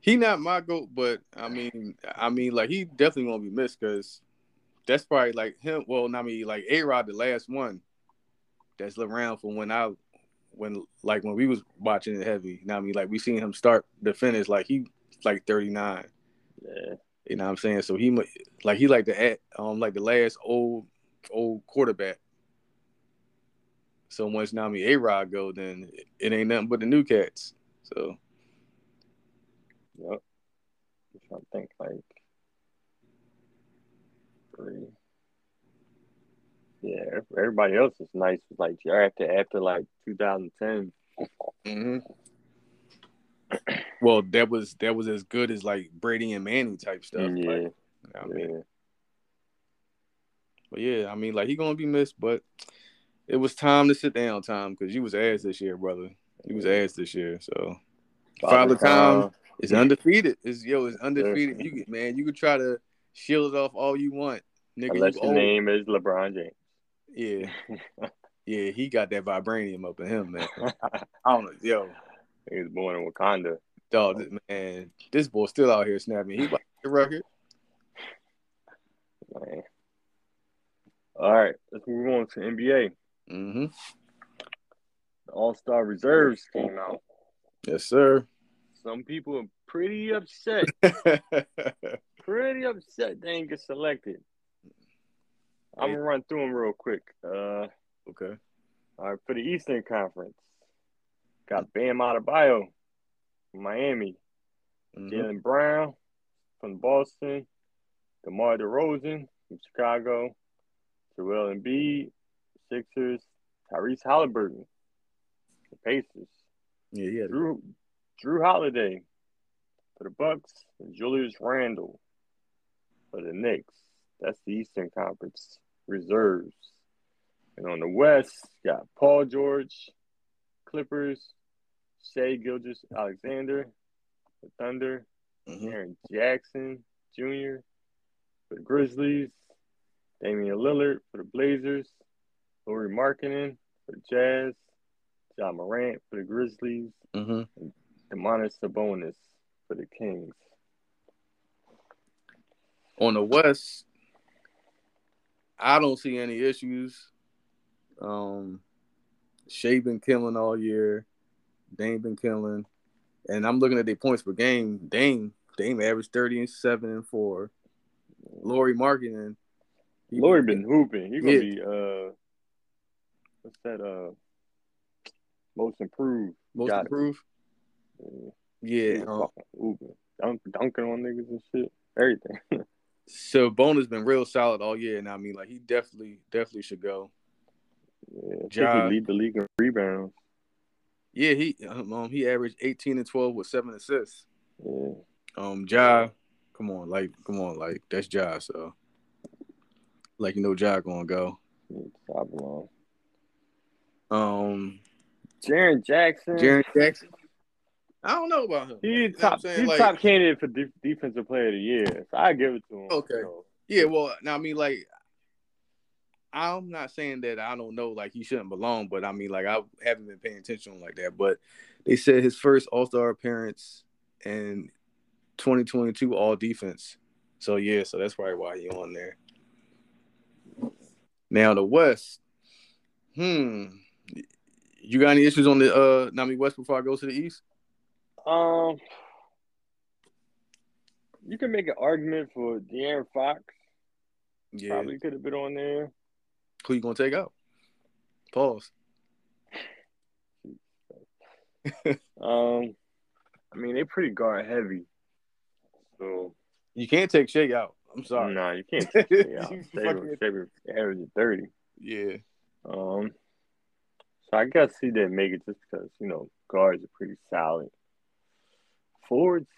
he not my goat, but I mean, I mean, like he definitely won't be missed because that's probably like him. Well, not me, like A Rod, the last one that's around from when I, when like when we was watching it heavy. Now I mean, like we seen him start the finish, like he like thirty nine.
Yeah.
You know what I'm saying? So he mu- like he like the at um like the last old old quarterback. So once Nami A Rod go, then it ain't nothing but the new cats. So
Yep. I'm trying to think like three. Yeah, ev- everybody else is nice. Like yeah, after after like 2010, Mm-hmm.
hmm Well, that was that was as good as like Brady and Manning type stuff.
yeah,
like, I mean,
yeah.
but yeah, I mean, like he gonna be missed, but it was time to sit down, Tom, because you was ass this year, brother. You was ass this year, so Father Time it's undefeated. It's yo, it's undefeated. You can, man, you could try to shield it off all you want, nigga.
unless
you
your
old.
name is LeBron James. (laughs)
Yeah, yeah, he got that vibranium up in him, man. I don't know, yo,
he was born in Wakanda.
dog, this, man, this boy still out here snapping. He about to get the record.
Man. All right, let's move on to NBA.
Mm-hmm.
The All Star reserves came out.
Yes, sir. (laughs)
Some people are pretty upset. pretty upset they ain't get selected. I'm gonna run through them real quick. Uh,
Okay.
all right, for the Eastern Conference, got Bam Adebayo from Miami,
Mhm.
Jalen Brown from Boston, DeMar DeRozan from Chicago, Joel Embiid, Sixers, Tyrese Halliburton, the Pacers,
Yeah, yeah.
Drew Drew Holiday for the Bucks, and Julius Randle for the Knicks. That's the Eastern Conference reserves. And on the West, you got Paul George, Clippers, Shea Gilgis Alexander, the Thunder,
Mhm.
Aaron Jackson Jr. for the Grizzlies, Damian Lillard for the Blazers, Lori Markkinen for the Jazz, John Morant for the Grizzlies,
Mhm.
Demonis Sabonis for the Kings.
On the West, I don't see any issues. Um, Shea been killing all year. Dame been killing, and I'm looking at their points per game. Dame, Dame averaged thirty and seven and four. Lori Markkinen, he-
Lori been hooping. He gonna
Yeah.
be uh, what's that uh, most improved?
most
got it.
improved.
Yeah, he
Yeah,
was
um,
fucking hooping, Dunk, dunking on niggas and shit. Everything.
So Bona's been real solid all year, and I mean, like he definitely, definitely should go.
Yeah, I think
Ja.
he lead the league in rebounds.
Yeah, he um, um, he averaged eighteen and twelve with seven assists.
Yeah.
Um, Ja, come on, like, come on, like that's Ja. So, like you know, Ja gonna go.
I belong.
Um,
Jaron Jackson.
Jaron Jackson. I don't know about him.
He's
You know what I'm
top.
saying?
He's
Like,
top candidate for de- defensive player of the year. So I give it to him.
Okay.
you know.
Yeah, well, now I mean, like, I'm not saying that I don't know, like, he shouldn't belong, but I mean, like, I haven't been paying attention like that. But they said his first All Star appearance in 2022 All Defense. So yeah, so that's probably why he on there. Now the West, hmm, you got any issues on the uh, I mean, West before I go to the East?
Um, you can make an argument for De'Aaron Fox.
Yeah,
Probably could have been on there.
who you gonna take out? Pause.
Um, I mean they pretty guard heavy. So
You can't take Shea out. I'm sorry.
nah, (laughs) you
(laughs)
can't. Yeah,
You
Saber,
fucking-
Saber averaging thirty.
yeah.
Um, so I guess he didn't make it just because you know guards are pretty solid. Forwards,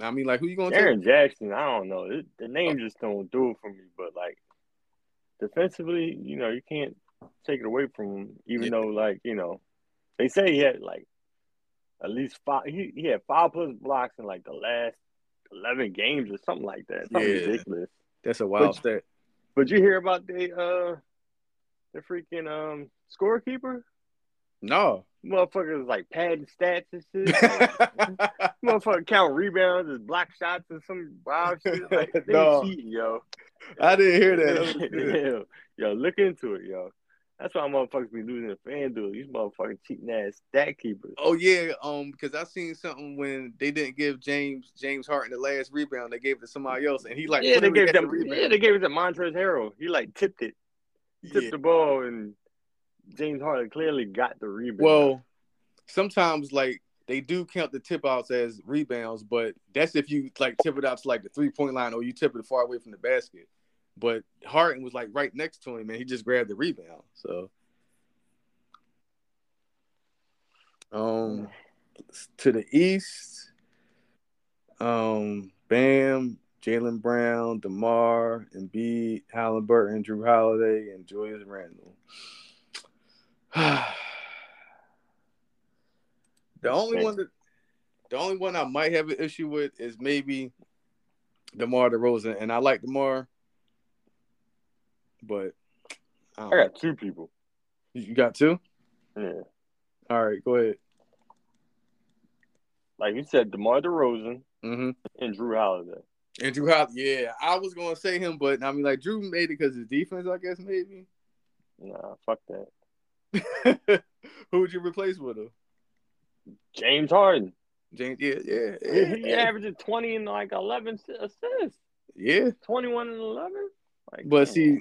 I mean, like, who you gonna take?
Aaron Jackson. I don't know. It, the name just don't do it for me. But like defensively, you know, you can't take it away from him. Even
Yeah.
though, like, you know, they say he had like at least five. He, he had five plus blocks in like the last eleven games or something like that. Something
Yeah.
ridiculous.
That's a wild
But-
stat.
But you hear about the uh the freaking um scorekeeper? (laughs)
No. (laughs)
Motherfuckers like padding stats and shit. Like,
yeah,
Motherfucker count rebounds and block shots and some wild shit.
(laughs)
Like, they
No.
cheating, yo.
I didn't hear that.
(laughs)
That was good.
yo, yo, look into it, yo. That's why motherfuckers be losing to FanDuel. These motherfucking cheating ass stat keepers.
Oh yeah, um, because I seen something when they didn't give James James Harden the last rebound, they gave it to somebody else, and he like
yeah, they
clearly
gave
had the
them. Yeah, they gave it to Montrezl Harrell. He like tipped it, tipped
Yeah.
the ball, and James Harden clearly got the rebound.
Well, sometimes like they do count the tip outs as rebounds, but that's if you like tip it out to like the three point line or you tip it far away from the basket. But Harden was like right next to him, and he just grabbed the rebound. So, um, to the east, um, Bam, Jalen Brown, Demar, Embiid, Halliburton, Drew Holiday, and Julius Randle. (sighs) the only one that the only one I might have an issue with is maybe Demar Derozan, and I like Demar, but I
I
don't know.
got two people.
you got two.
Yeah,
All right, go ahead.
like you said, DeMar DeRozan
Mm-hmm.
and Drew Holiday.
And Drew Hop, yeah, I was gonna say him, but I mean, like Drew made it because his defense, I guess, maybe. (laughs)
Nah, fuck that.
Who would you replace with him?
James Harden.
James, yeah, yeah, yeah,
He
yeah.
averages twenty and like eleven assists.
yeah.
Twenty one and eleven. Like,
But
damn.
see,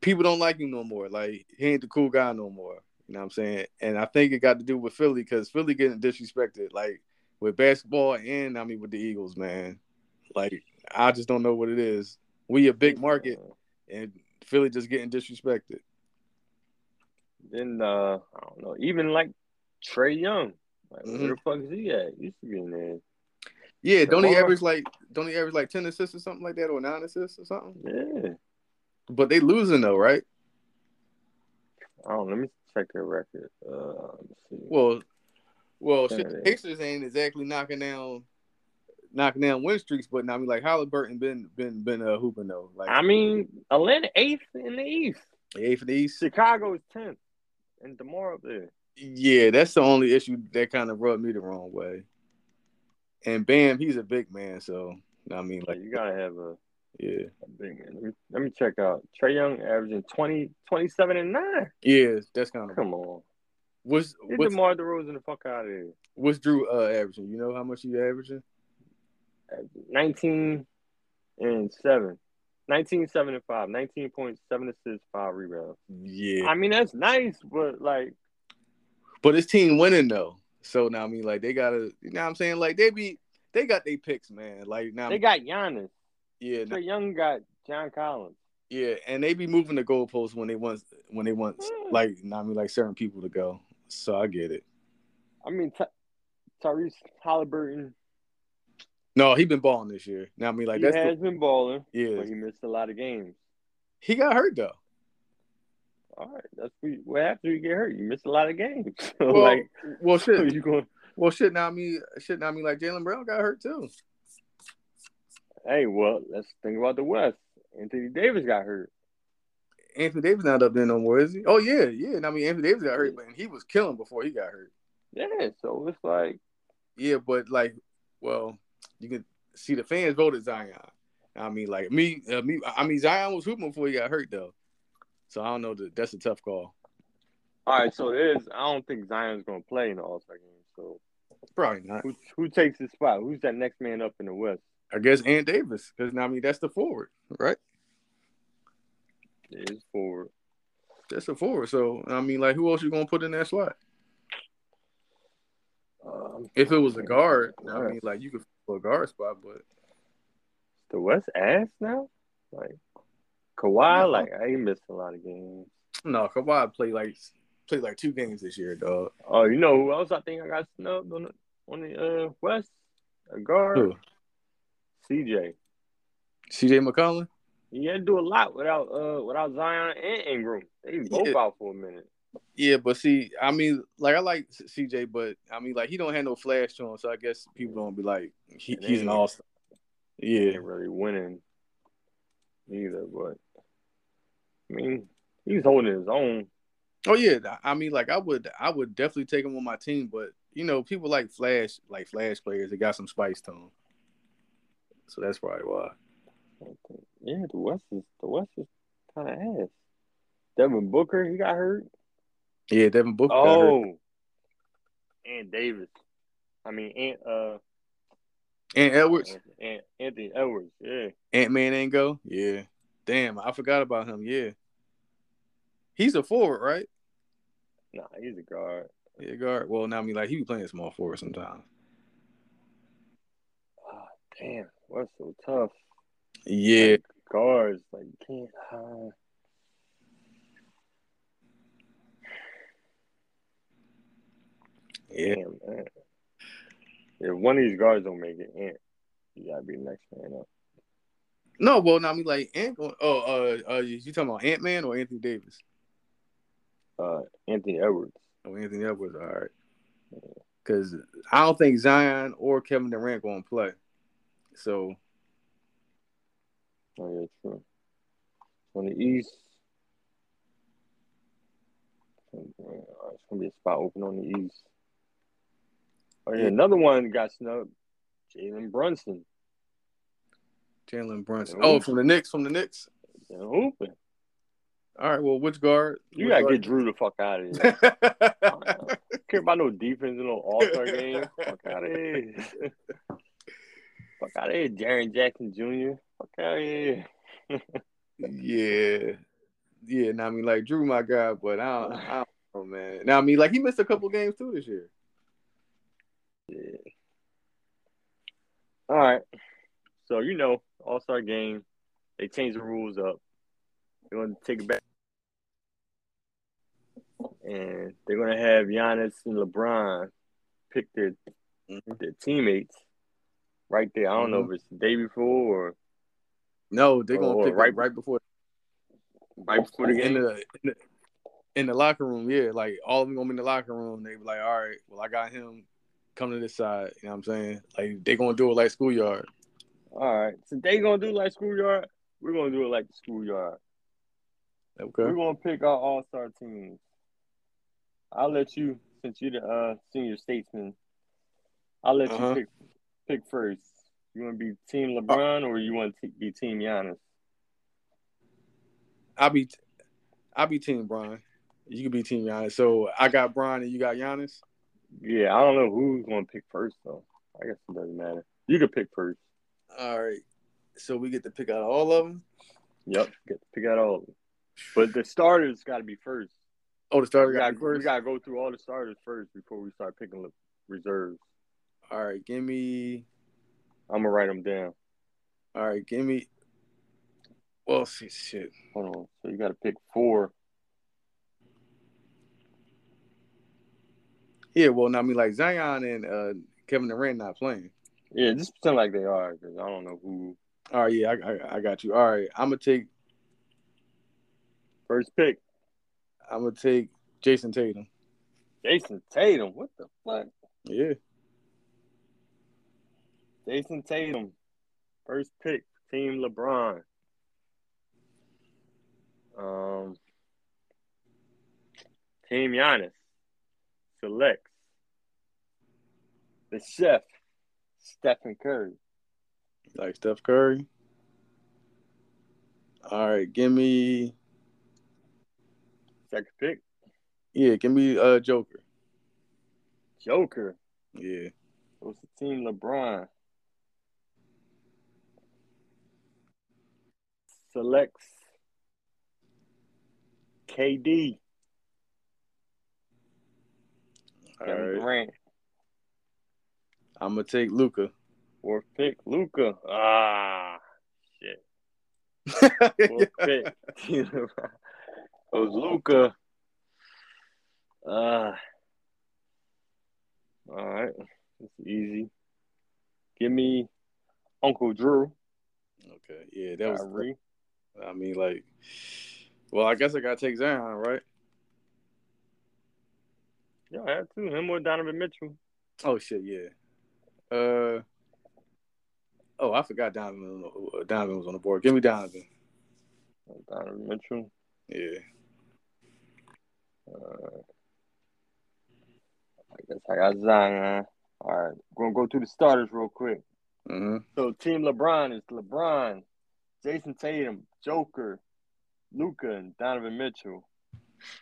people don't like him no more. Like he ain't the cool guy no more. You know what I'm saying? And I think it got to do with Philly because Philly getting disrespected, like with basketball and I mean with the Eagles, man. Like I just don't know what it is. We a big market, and Philly just getting disrespected.
Then uh, I don't know. Even like Trey Young, like
Mhm.
where the fuck is he at? He used to be in there.
Yeah, don't he
Lamar-
average like don't he average like ten assists or something like that or nine assists or something?
Yeah,
But they losing though, right?
I don't. Let me check their record. Uh, let me see.
Well, well,
Yeah,
shit, the
yeah.
Pacers ain't exactly knocking down, knocking down win streaks. But now I mean, like Halliburton been been been uh, hooping though. Like
I mean, Atlanta eighth in the East.
they eighth in the East.
Chicago is tenth, and Demar up there.
Yeah, that's the only issue that kind of rubbed me the wrong way. And Bam, he's a big man, so I mean,
Like
like
you gotta have a,
yeah,
a big man. Let me, let me check out Trey Young averaging 20, 27 and nine.
yeah, that's kind of
Come on,
what's
get
what's
Demar Derozan the fuck out of here.
what's Drew uh, averaging? You know how much he averaging?
Nineteen and seven. 19, 7 and 5, 19 points, 7 assists, 5 rebounds.
Yeah,
I mean, that's nice, but like,
But his team winning though. So now I mean like they gotta you know what I'm saying? Like they be they got their picks, man. Like now
they got Giannis.
yeah, now-
Trey Young got John Collins.
yeah, and they be moving the goalposts when they want when they want
Mm.
like now I mean like certain people to go. So I get it.
I mean, Ty- Tyrese Halliburton,
No, he been balling this year. Now I mean like
he
that's
has been balling,
the, yeah.
but he missed a lot of games.
He got hurt though.
All right, that's what, you- what happens when you get hurt. You miss a lot of games. (laughs) So,
Well,
like,
well
so
(laughs) shit.
(laughs) you going?
Well shit now I mean shit now I mean like Jalen Brown got hurt too.
Hey, well, let's think about the West. Anthony Davis got hurt.
Anthony Davis not up there no more, is he? Oh yeah, yeah. And I mean Anthony Davis got hurt, but he was killing before he got hurt.
Yeah, so it's like,
Yeah, but like, well, you can see the fans voted Zion. I mean, like me, uh, me. I mean, Zion was hooping before he got hurt though, so I don't know. That, that's a tough call.
all right, so it is. I don't think Zion's going to play in the All Star game. So
Probably not.
who who takes his spot? Who's that next man up in the West?
I guess Ant Davis, because I mean that's the forward, right?
It is forward.
That's the forward. So I mean, like, who else you gonna put in that slot?
Um,
If it was a guard, I mean, like you could fill a guard spot, but
the West ass now, like Kawhi, like he missed a lot of games.
no, Kawhi played like played like two games this year, dog.
Oh, you know who else I think I got snubbed on the on the uh, West? A guard,
Who?
CJ.
C.J. McCollum.
He had to do a lot without uh without Zion and Ingram. They both
Yeah.
out for a minute.
Yeah, but see, I mean, like I like CJ, but I mean, like he don't have no flash to him, so I guess people don't be like he,
It
he's an
ain't.
all star.
They
Yeah,
ain't really winning either, but I mean he's holding his own.
Oh yeah, I mean, like I would, I would definitely take him on my team, but you know, people like Flash, like Flash players, they got some spice to them, so that's probably why.
I think- Yeah, the West is the West is kind of ass. Devin Booker, he got hurt.
Yeah, Devin Booker. got hurt.
Oh, and Davis. I mean, and uh,
and Edwards,
and Anthony Edwards. Yeah,
Ant Man ain't go. Yeah, damn, I forgot about him. Yeah, he's a forward, right?
nah, he's a guard.
Yeah, guard. Well, now I mean, like he be playing small forward sometimes.
Oh, damn, West so tough.
Yeah,
Guards like you can't. Uh,
yeah.
Damn, man. If one of these guards don't make it, Ant, you gotta be the next man up.
No, well, no, I mean like Ant. Oh, uh, uh, you talking about Ant Man or Anthony Davis?
Uh, Anthony Edwards.
Oh, Anthony Edwards. All right, because I don't think Zion or Kevin Durant going to play. So
Oh yeah, true. On the East, uh, oh, it's gonna be a spot open on the East. Oh yeah, another one got snubbed. Jalen Brunson.
Jalen Brunson.
Ooh.
Oh, from the Knicks. From the Knicks.
Been hooping.
All right. Well, which guard?
You
which
gotta
guard-
get Drew the fuck out
(laughs)
of here. I don't care about no defense in no All Star game. Fuck out of here.
(laughs)
fuck out of here, Darren Jackson Jr. Fuck out of here.
(laughs) yeah, yeah. Now I mean like Drew, my guy, but I don't, I don't know, man. Now I mean like he missed a couple games too this year.
Yeah. All right. So you know, All Star game, they changed the rules up. They're going to take it back. And they're going to have Giannis and LeBron pick their,
Mhm.
their teammates right there. I don't know if it's the day before or
No, they're gonna
Oh,
pick
right-
right, right before
right before the
in
game.
the, in the in the locker room. Yeah, like all of them gonna be in the locker room. They be like, all right, well, I got him. Come to this side. You know what I'm saying? Like they gonna do it like schoolyard.
All right. So they going to do like schoolyard. We're going to do it like the schoolyard. We're
Okay.
gonna pick our all star teams. I'll let you since you're the uh, senior statesman. I'll let you
Uh-huh. Uh,
pick pick first. You want to be Team LeBron or you want to be Team Giannis?
I'll be I'll be team Brian. You can be team Giannis. So I got Brian and you got Giannis.
Yeah, I don't know who's gonna pick first though. I guess it doesn't matter. You can pick first.
All right. So we get to pick out all of them.
Yep, get to pick out all of them. But the starters got to be first.
Oh, the starter
We
got
got
to be first.
we got to go through all the starters first before we start picking the reserves.
All right, give me.
I'm gonna write them down.
All right, give me. Well, shit, shit.
Hold on. So you got to pick four.
Yeah, well, now I mean, like Zion and uh, Kevin Durant not playing.
Yeah, just pretend like they are because I don't know who
All right, Oh, yeah, I, I, I got you. All right, I'm gonna take.
First pick,
I'm gonna take Jason Tatum.
Jason Tatum. What the fuck?
Yeah,
Jason Tatum. First pick, Team LeBron. Um, Team Giannis selects the chef, Stephen Curry.
like Steph Curry. All right, give me.
Second pick,
Yeah, give me uh Joker.
Joker.
Yeah,
It was the Team LeBron. Selects KD.
all
Kevin
right.
Durant.
I'm gonna take (laughs) Luca.
Fourth pick, Luca. Ah, shit.
(laughs)
Fourth pick. it was Luca. Uh, all right. It's easy. Give me Uncle Drew.
Okay, yeah, that was.
Kyrie.
I mean, like, well, I guess I gotta take Zion, right?
Yeah, I had to. Him or Donovan Mitchell.
Oh shit, yeah. Uh, oh, I forgot Donovan. uh, Donovan was on the board. Give me Donovan.
Donovan Mitchell.
Yeah.
Uh, I guess I got Zion. All right. We're going to go through the starters real quick.
Mm-hmm.
So Team LeBron is LeBron, Jason Tatum, Joker, Luca, and Donovan Mitchell.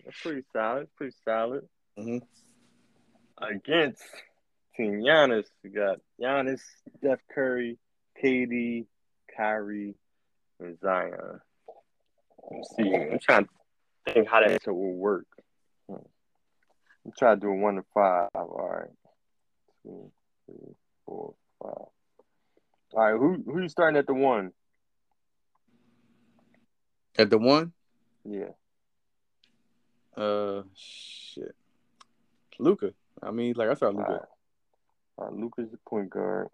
That's pretty solid. Pretty solid.
Mhm.
Against Team Giannis, we got Giannis, Steph Curry, KD, Kyrie, and Zion. Let's see. I'm trying to think how that shit will work. Hmm. I'm trying to do a one to five. All right. Two, three, four, five. All right, who who you starting at the one?
At the one,
Yeah,
uh, shit, Luca. I mean, like I thought Luca.
All right, Luca's the point guard.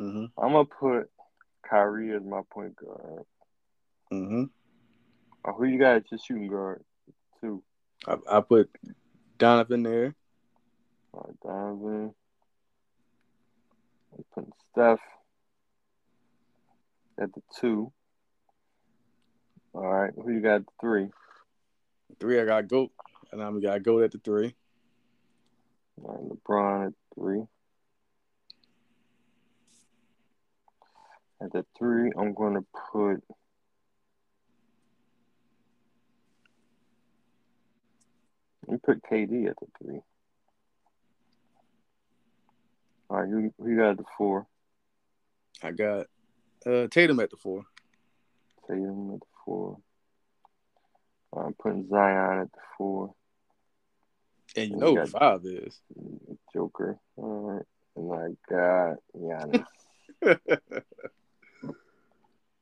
Mm-hmm.
I'm gonna put Kyrie as my point guard.
Mm-hmm.
Uh, who you got at your shooting guard? Two.
I, I put Donovan there.
All right, Donovan. I'm putting Steph at the two. All right, who you got at the three?
Three, I got Goat, and I'm got Goat at the three.
All right, LeBron at three. At the three, I'm going to put. You put KD at the three. All right, you you got the four.
I got uh Tatum at the four.
Tatum at the four. All right, I'm putting Zion at the four.
And you
You
know
got-
who five is. (laughs)
Joker. All right, and I got (laughs) Giannis.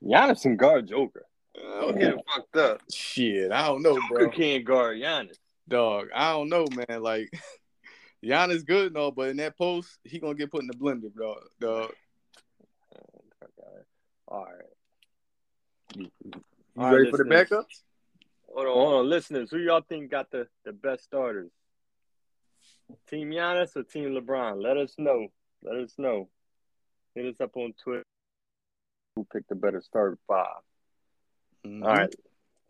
Giannis and guard Joker. Don't get it fucked up.
Shit, I don't know,
Luka
bro.
can't guard Giannis.
Dog, I don't know, man. Like, (laughs) Giannis good and all, but in that post, he gonna get put in the blender, bro. Dog,
All right.
you
All right,
ready for the
listeners.
backups?
Hold on, hold on, listeners. Who y'all think got the, the best starters? Team Giannis or Team LeBron? Let us know. Let us know. Hit us up on Twitter. Who picked the better starter five?
Mhm.
All right,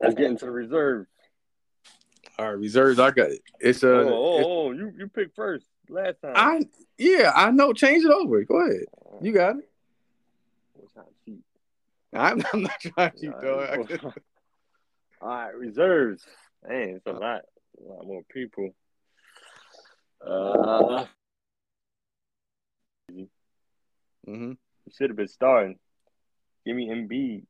let's get into the reserves.
all right, reserves. I got it. It's uh,
Oh,
it's-
oh, oh, you you picked first last time. Oh,
I yeah, I know. Change it over. Go ahead. You got it.
We're trying to cheat.
I'm, (laughs) I'm not trying to,
All
dog.
right,
I could-
cool. (laughs) All right, reserves. Man,
Uh,
it's a lot, a lot more people. Uh,
Mhm.
you should have been starting. Give me Embiid.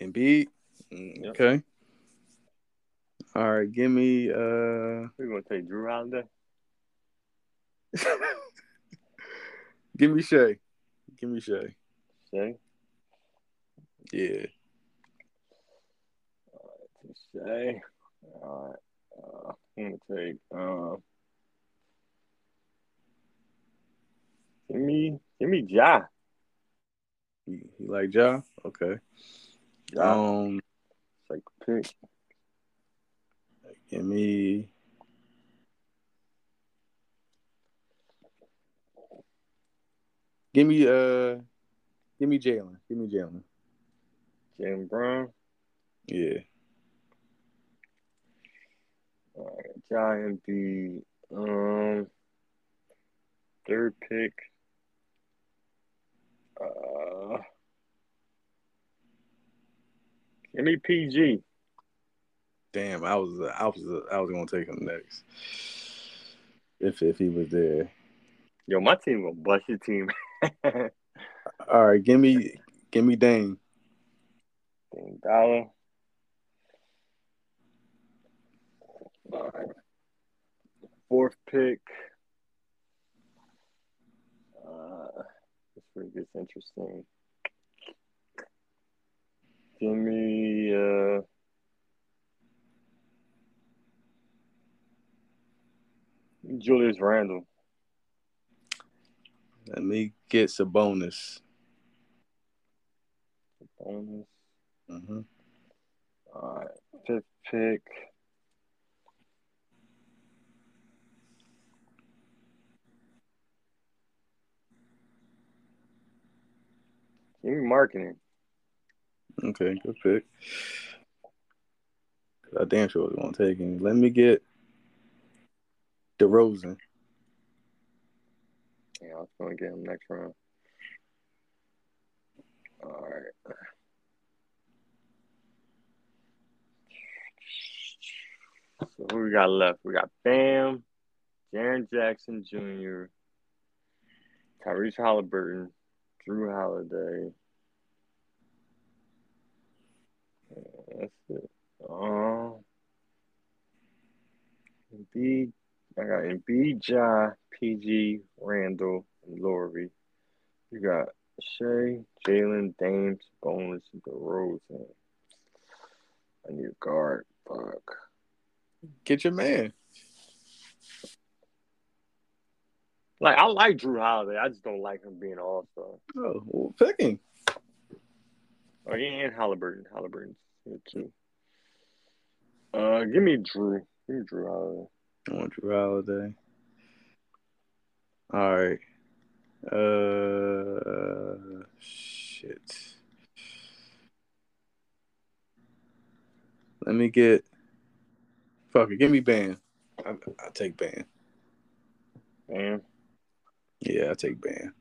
Embiid. Mm,
Yep.
Okay. All right, give me uh
We're gonna take Drew Holiday.
give me Shay. Give me Shay.
Shay,
Yeah.
Shay. All right, uh, I'm gonna take. Uh, give me, give me Ja.
You, you like Ja? Okay.
Ja,
Um
it's like pick.
give me Give me uh give me Jalen. Give me Jalen.
Jalen Brown.
Yeah.
All right, John Embiid. Um, third pick. Uh, give me PG.
Damn, I was I was I was gonna take him next. If if he was there.
Yo, my team will bust your team. (laughs) Ding
All right, give me give me Dane.
dollar. All right. Fourth pick. Uh, this really gets interesting. Give me. Uh, Julius Randle.
Let me get Sabonis.
Bonus.
Mm-hmm.
All right, fifth pick. Give me marketing.
Okay, good pick. I damn sure was gonna take him. Let me get DeRozan.
Yeah, I was going to get him next round. All right. So who we got left? We got Bam, Jaron Jackson Jr., Tyrese Halliburton, Drew Holiday. Yeah, that's it. Um, Embiid I got Embiid, Ja, PG, Randall, and Lowry. You got Shea, Jalen, Dame, Bonus, and DeRozan. I need a guard. Fuck.
Get your man.
Like I like Drew Holiday. I just don't like him being an all star.
Oh, well, pick him.
Oh, yeah, and Halliburton. Halliburton's good too. Uh, give me Drew. Give me Drew Holiday.
I want Drew Holiday. All right. Uh, shit. Let me get. Fuck it. Give me Ban. I, I take Ban.
Man.
Yeah, I take Ban.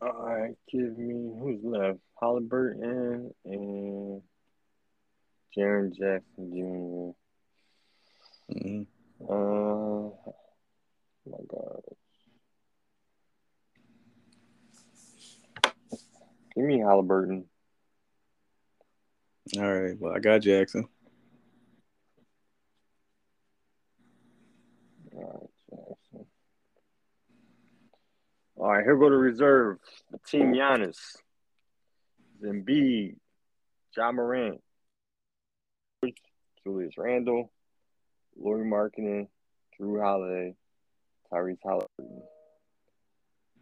All right, give me who's left? Halliburton and Jaron Jackson Jr.
hmm
Uh, oh my God. Give me Halliburton.
All right. Well, I got Jackson.
All right, Jackson. All right, here go the reserve. Team Giannis. Embiid, John Morant, Julius Randle, Lori Markkinen, Drew Holiday, Tyrese Halliburton,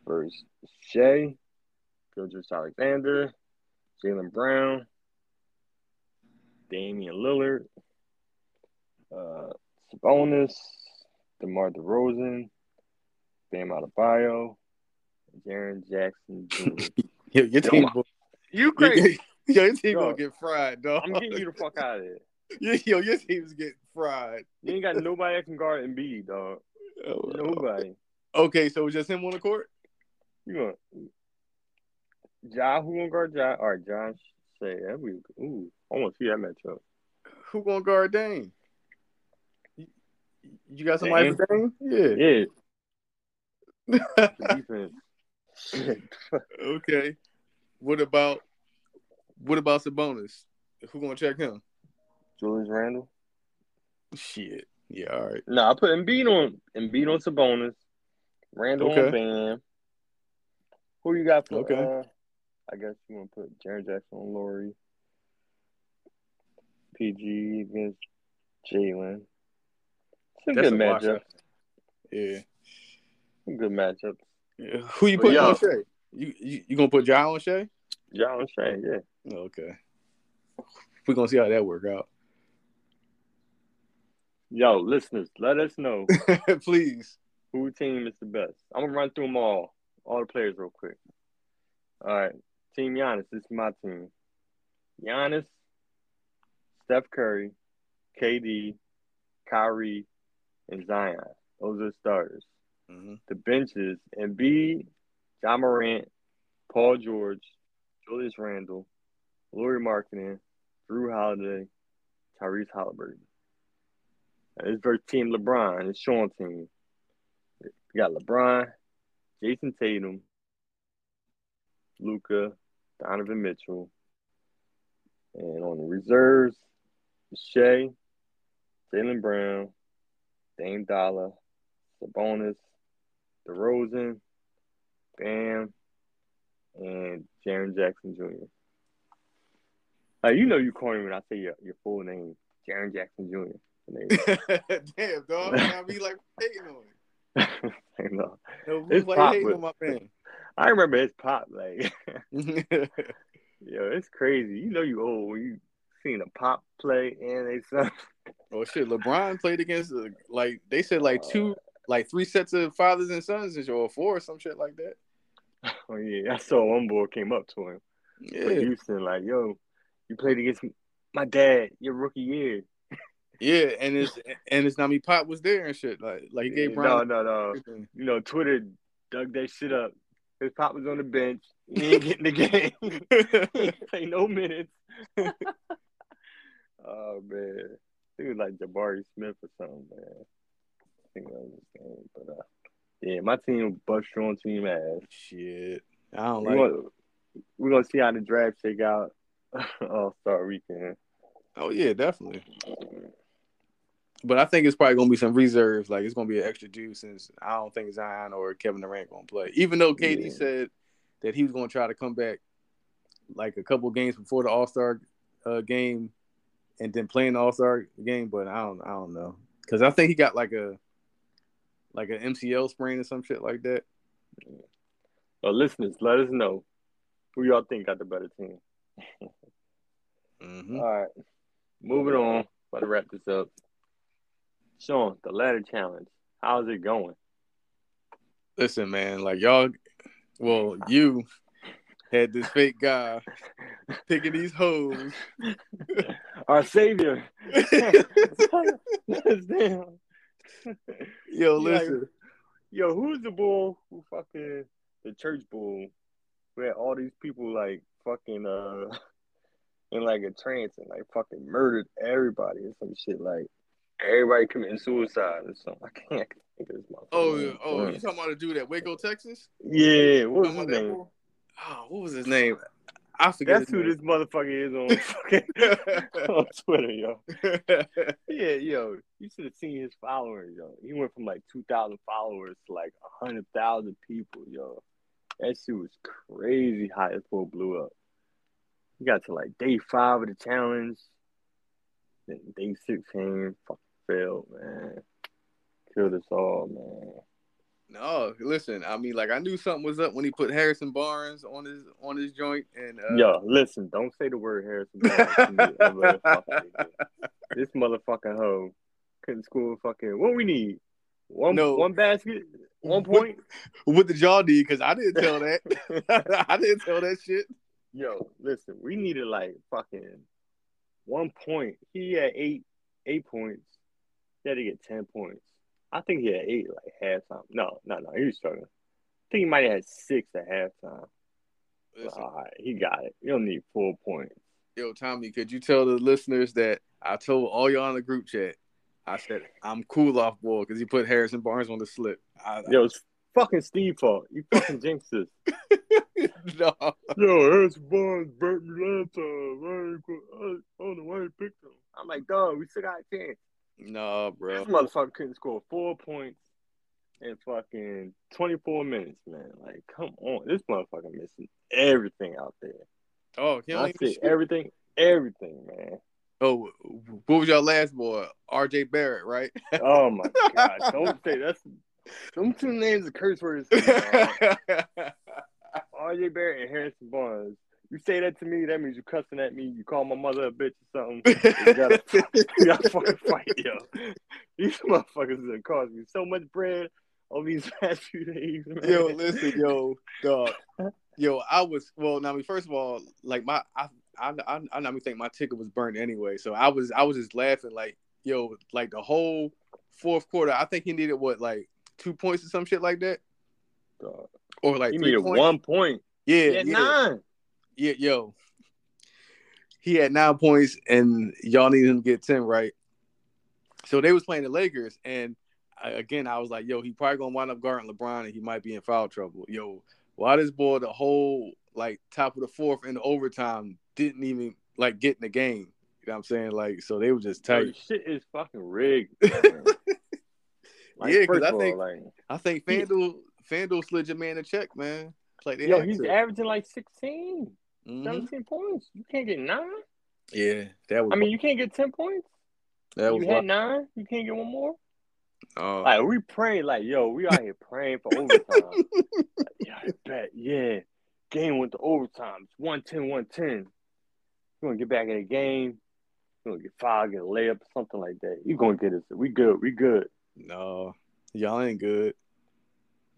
versus Shea, Gilgis Alexander, Jalen Brown, Damian Lillard, uh, Sabonis, DeMar DeRozan, Bam Adebayo, Jaren Jackson. Jr.
Yo, your
Yo,
team,
my-
yo,
you
(laughs) yo, your team
Yo.
gonna get fried, dog.
I'm getting you the fuck out of here.
Yo, (laughs) yo, your team's getting fried.
You ain't got nobody that can guard Embiid, dog. Nobody.
Okay, so it was just him on the court.
You going Ja, who gonna guard Ja? Or John say that we ooh, I wanna see that matchup.
Who gonna guard Dane? You- You got somebody
Dane?
for Dane? Yeah.
Yeah, the defense.
okay. What about what about Sabonis? Who gonna check him?
Julius Randle.
Shit. Yeah. All right.
No, I put Embiid on Embiid on Sabonis. Randall
Okay.
on Bam. Who you got for
Okay.
uh, I guess you wanna put Jaron Jackson on Lori. PG against Jalen. It's a good matchup.
washout. Yeah.
Good matchup.
Yeah. Who you
But
putting
yo-
on Shay? You, you you gonna put Ja on Shay?
John Shane, yeah.
Okay. We're gonna see how that work out. (laughs)
Yo, listeners, let us know
Please.
who team is the best. I'm gonna run through them all, all the players real quick. All right, Team Giannis. This is my team. Giannis, Steph Curry, KD, Kyrie, and Zion. Those are starters.
Mm-hmm.
The benches: Embiid, John Morant, Paul George, Julius Randle, Lori Markkinen, Drew Holiday, Tyrese Halliburton. And it's their team LeBron. It's Sean's team. You got LeBron, Jason Tatum, Luca, Donovan Mitchell, and on the reserves, Shea, Jalen Brown, Dame Dollar, Sabonis, DeRozan, Bam, and Jaron Jackson Jr. Uh, you know you corny when I say your, your full name, Jaron Jackson Jr. Name.
(laughs) Damn, dog. I be like hating on it.
(laughs) I know.
No, why
It's
you
pop,
hating
but-
on my man?
I remember his pop. Like, (laughs)
(laughs) yeah,
yo, it's crazy. You know you old when you seen a pop play and they son.
Oh shit, LeBron played against uh, like they said like
Uh,
two, like three sets of fathers and sons and or four or some shit like that.
(laughs) Oh yeah, I saw one boy came up to him
Yeah,
in Houston like, yo, you played against my dad your rookie year.
yeah, and it's and it's Nami Pop was there and shit like like he gave
no,
Bron.
no, no.
everything.
You know, Twitter dug that shit up. His pop was on the bench. He ain't getting the game. (laughs) he play no minutes. (laughs) oh man, he was like Jabari Smith or something, man. I think that was his name, but uh, yeah, my team bust your own team ass.
Shit, I don't
We're
like.
gonna, we gonna see how the draft shake out (laughs) All Star Weekend.
Oh yeah, definitely. But I think it's probably gonna be some reserves. Like it's gonna be an extra juice since I don't think Zion or Kevin Durant gonna play. Even though KD
Yeah.
said that he was gonna try to come back like a couple games before the All Star uh, game, and then playing the All Star game. But I don't, I don't know because I think he got like a like an MCL sprain or some shit like that.
But listeners, let us know who y'all think got the better team.
Mm-hmm.
All right, moving on. About to wrap this up. Sean, the ladder challenge. How's it going? (laughs)
Listen, man, like y'all, well, you had this fake guy picking these hoes. (laughs)
Our savior. Damn.
Yo,
Yeah,
listen.
Yo, who's the bull who fucking the church bull who had all these people like fucking uh (laughs) in like a trance and like fucking murdered everybody or some shit like everybody committing suicide or something. (laughs) I can't think of this motherfucker.
Oh, yeah. oh, you talking about a dude at Waco, Texas?
yeah, what was
Talking
his
about that
name?
fool? Oh, what was his name? I forget.
That's who this motherfucker is on (laughs)
(laughs)
fucking on Twitter, yo.
this.
Yeah, yo, you should have seen his followers, yo. He went from like two thousand followers to like hundred thousand people, yo. That shit was crazy how this fool blew up. He got to like day five of the challenge. Then day sixteen, fucking failed, man. Killed us all, man.
No, listen. I mean, like I knew something was up when he put Harrison Barnes on his on his joint, and uh,
Yo, listen, don't say the word Harrison Barnes to me ever fucking
(laughs)
again. This motherfucking hoe couldn't score fucking what we need. One
No.
one basket, one
What-
point.
what did y'all need? Because I didn't tell
(laughs)
that. (laughs) I didn't tell that shit.
Yo, listen, we needed like fucking one point. He had eight eight points. He had to get ten points. I think he had eight like halftime. No, no, no, he was struggling. I think he might have had six at halftime.
Listen,
All right, he got it. You don't need four points.
Yo, Tommy, could you tell the listeners that I told all y'all in the group chat? I said I'm cool off ball because he put Harrison Barnes on the slip. I,
Yo, it's fucking Steve fault. You fucking jinxed us.
(laughs) no,
Yo, Harrison Barnes burnt me last time. I don't know why he picked him. I'm like, dog, we still got a chance.
no, bro.
This motherfucker couldn't score four points in fucking 24 minutes, man. Like, come on. This motherfucker missing everything out there.
Oh, he
I
don't even
say
shoot.
everything, everything, man.
Oh, what was your last boy? R.J. Barrett,
(laughs)
right?
Oh my God. Don't say that's. Them two names are curse
(laughs)
words. RJ Barrett and Harrison Barnes. You say that to me, that means you cussing at me. You call my mother a bitch or something. You gotta,
(laughs)
(laughs) you gotta fucking fight, yo. These motherfuckers have caused me so much bread over these (laughs) last few days, man.
yo, listen, yo, dog. Yo, I was well. Now, I mean, first of all, like my, I, I, I, I not even think my ticket was burned anyway. So I was, I was just laughing, like, yo, like the whole fourth quarter. I think he needed what, like, two points or some shit like that,
Dog.
or like
He
three
needed
points.
one point.
Yeah,
He
yeah,
had nine.
yeah, yo. He had nine points, and y'all needed him to get ten, right? So they was playing the Lakers, and I, again, I was like, "Yo, he probably gonna wind up guarding LeBron, and he might be in foul trouble." Yo, why this boy the whole like top of the fourth and overtime didn't even like get in the game? You know what I'm saying? Like, so they were just
Yo,
tight.
shit is fucking rigged.
(laughs)
man. Like,
Yeah, 'cause
first
I
of all,
think-
like,
I think FanDuel FanDuel slid your man a check, man. It's Like, they
yo,
had
he's
to.
averaging like 16,
Mhm.
17 points. You can't get nine.
Yeah, that was.
I mean, you can't get 10 points.
that was. Oh,
you had nine. You can't get one more.
wild.
Like we pray, like yo, we out here praying for overtime.
(laughs)
like, yeah, I bet. Yeah, game went to overtime. It's 110, 110. We're gonna get back in the game. We're gonna get five, get a layup, something like that. You gonna get us? We good. We good.
no, y'all ain't good.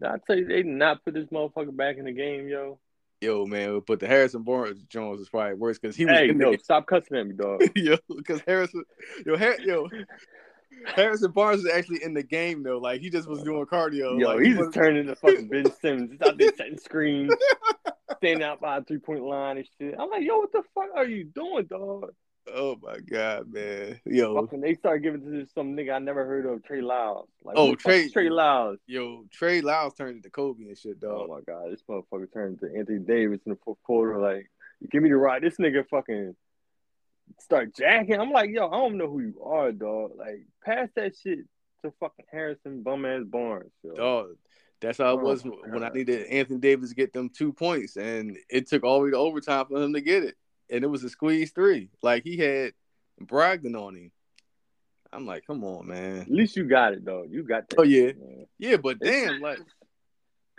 Now, I tell you, they did not put this motherfucker back in the game, yo.
Yo, man, but the Harrison Barnes Jones is probably worse because he was
Hey,
in
no,
the
stop cussing at
(laughs)
me, dog.
yo, because Harrison, yo, Har- yo, Harrison Barnes is actually in the game though. Like he just was doing cardio.
Yo,
like,
he
he
just
wasn't-
turned into fucking
(laughs)
Ben Simmons. He's out there setting screens, standing out by a three point line and shit. I'm like, yo, what the fuck are you doing, dog?
oh my god, man, yo,
Fucking, they started giving to this some nigga I never heard of, Trey Lyles. Like,
Oh,
who the fuck is
Trey-
Trey Lyles.
yo, Trey Lyles turned into Kobe and shit,
Oh
dog.
my god, this motherfucker turned to Anthony Davis in the fourth quarter. Like, give me the ride. This nigga fucking start jacking. I'm like, yo, I don't know who you are, dog. Like, pass that shit to fucking Harrison bum ass Barnes. Yo.
Dog, that's how it
Oh
was
my
when I
God.
needed Anthony Davis to get them two points, and it took all the way to overtime for him to get it, and it was a squeeze three. Like he had Brogdon on him. I'm like, come on, man.
At least you got it, dog. You got that.
Oh, yeah.
shit, man.
Yeah, but
It's-
damn, like.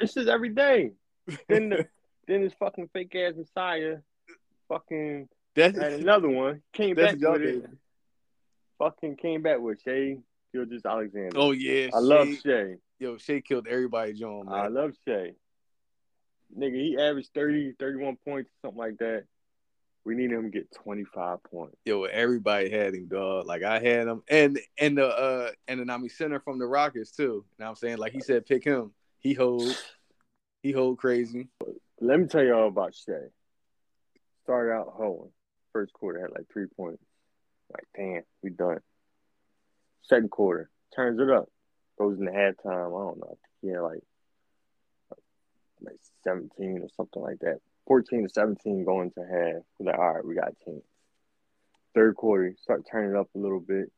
This is every day. Then
(laughs)
the, then this fucking fake ass Messiah fucking
That's
had
(laughs)
another one. Came
that's
back
y'all
with it.
baby.
Fucking came back with Shay Gilgis Alexander.
Oh yeah,
I love
Shea-
Shay.
yo. Shea killed everybody, John.
I
Man.
love Shay. Nigga, he averaged 30, 31 points, something like that. We need him to get 25 points.
yo, everybody had him, dog. Like I had him, and and the uh and the Nami center from the Rockets too. You know what I'm saying, like he said, pick him. He hold, he hold crazy.
Let me tell y'all about Shay. Started out hoeing. First quarter had like three points. Like, damn, we done. Second quarter, turns it up. Goes into halftime. I don't know. I think he had like, like 17 or something like that. 14 to 17 going to half. We're like, all right, we got a chance. Third quarter, start turning it up a little bit.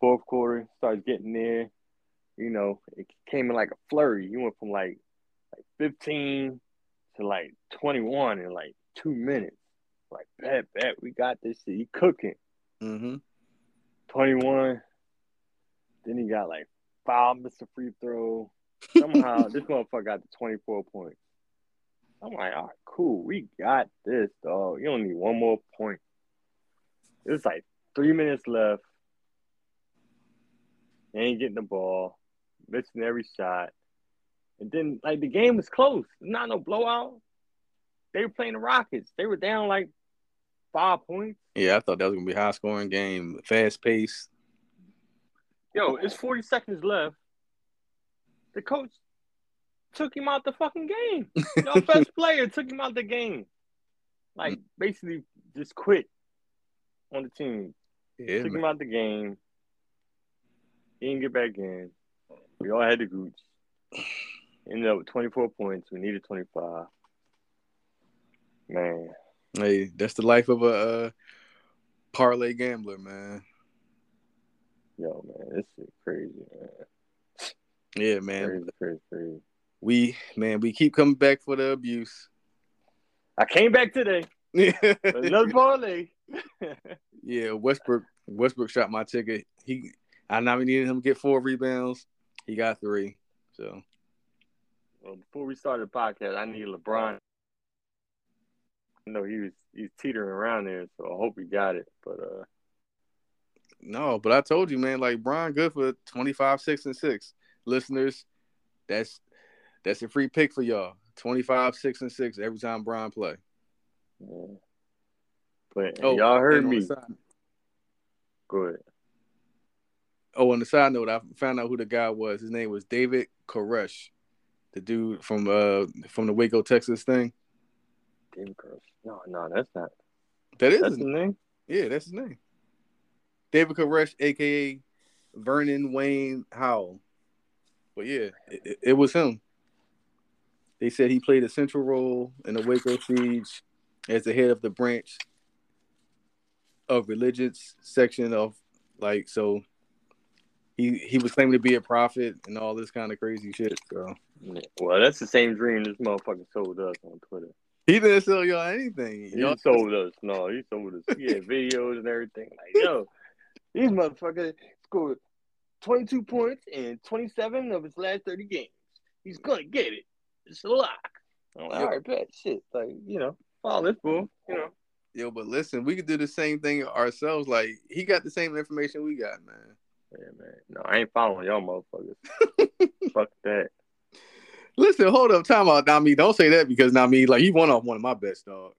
Fourth quarter, starts getting there. You know, it came in like a flurry. You went from like like 15 to like 21 in like two minutes. Like, bet, bet, we got this shit. He cooking.
Mm-hmm.
21. Then he got like five missed a free
(laughs)
throw. Somehow this motherfucker got the 24 points. I'm like, all right, cool. We got this, dog. You only need one more point. It was like three minutes left. They ain't getting the ball, missing every shot. And then, like, the game was close. Not no blowout. They were playing the Rockets. They were down like five points.
Yeah, I thought that was gonna be a high scoring game, fast paced.
Yo, it's 40 seconds left. The coach took him out the fucking game.
(laughs)
Your best player took him out the game. Like basically just quit on the team.
Yeah,
took
man.
him out the game. He didn't get back in. We all had the gooch. Ended up with 24 points. We needed 25. Man,
Hey, that's the life of a uh, parlay gambler, man.
yo, man, this is crazy, man.
Yeah, man.
Crazy, crazy, crazy.
We man, we keep coming back for the abuse. (laughs)
I came back today. with
(laughs)
Another parlay.
Yeah, Westbrook Westbrook shot my ticket. He I nominated him to get four rebounds. He got three. So
Well, before we started the podcast, I need LeBron. I know he was he's teetering around there, so I hope he got it. But uh,
no, but I told you, man, like Brian good for 25, 6, and 6. Listeners, that's that's a free pick for y'all. 25, 6, and 6 every time Brian play.
yeah. but
Oh,
y'all heard
and on
me.
the side-
Go ahead.
oh, on the side note, I found out who the guy was. His name was David Koresh, the dude from uh from the Waco, Texas thing.
David Cross. No, no, that's not.
That is
That's
his
the name.
Yeah, that's his name. David Koresh, aka Vernon Wayne Howell. But yeah, it, it- it was him. They said he played a central role in the Waco siege as the head of the branch of religious section of like so. He he was claiming to be a prophet and all this kind of crazy shit. So
Yeah. Well, that's the same dream this motherfucker sold us on Twitter.
he didn't sell y'all anything.
He
Y'all
sold us. No, he sold us. He had videos and everything. Like, yo, these motherfuckers scored 22 points in 27 of his last 30 games. He's gonna get it. It's a lock. I'm like,
Yeah.
all right, bet shit. Like, you know, follow this bull. You know,
yo, but listen, we could do the same thing ourselves. Like he got the same information we got, man.
yeah, man. No, I ain't following y'all motherfuckers. Fuck that.
Listen, hold up, time out, Nami. Don't say that because Nami, like, he won off one of my bets, dog.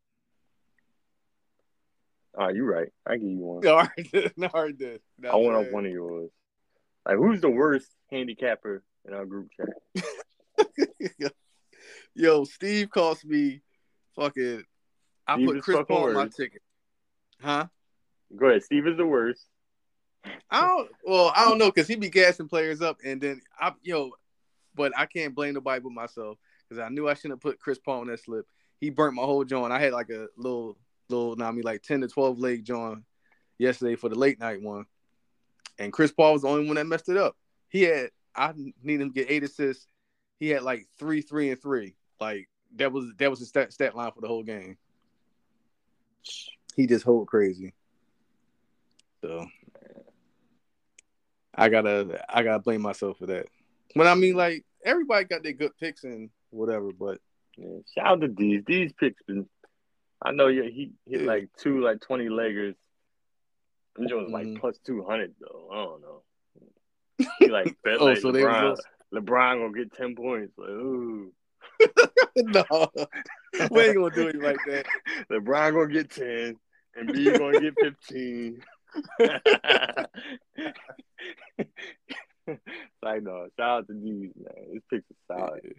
(laughs)
All right, you right. I give you one.
All right, then. all right, then. Now,
I want
man.
up one of yours. Like, who's the worst handicapper in our group chat?
(laughs) Yo, Steve cost me fucking. I
Steve
put
is
Chris
fucking
Paul on my
worse.
ticket. Huh?
Go ahead. Steve is the worst.
I don't. Well, I don't know because he be gassing players up, and then I, yo, but I can't blame nobody but myself because I knew I shouldn't have put Chris Paul on that slip. He burnt my whole joint. I had like a little, little, I mean, like ten to twelve leg joint yesterday for the late night one, and Chris Paul was the only one that messed it up. He had I need him to get eight assists. He had like three, three, and three. Like that was that was his stat, stat line for the whole game. He just hold crazy. So I gotta I gotta blame myself for that. But I mean, like everybody got their good picks and whatever. But
Yeah, shout out to these. These picks been. I know yeah, he hit
Yeah.
like two like twenty leggers. Them joints was
Mhm.
like plus two hundred though. I don't know. He
(laughs)
like bet
Oh,
like
so they was
LeBron.
also-
LeBron gonna get ten points. Like ooh,
(laughs) no, we ain't gonna do it like
(laughs)
that.
LeBron gonna get ten, and B gonna get fifteen. (laughs) like no, shout out to these man. These picks are solid.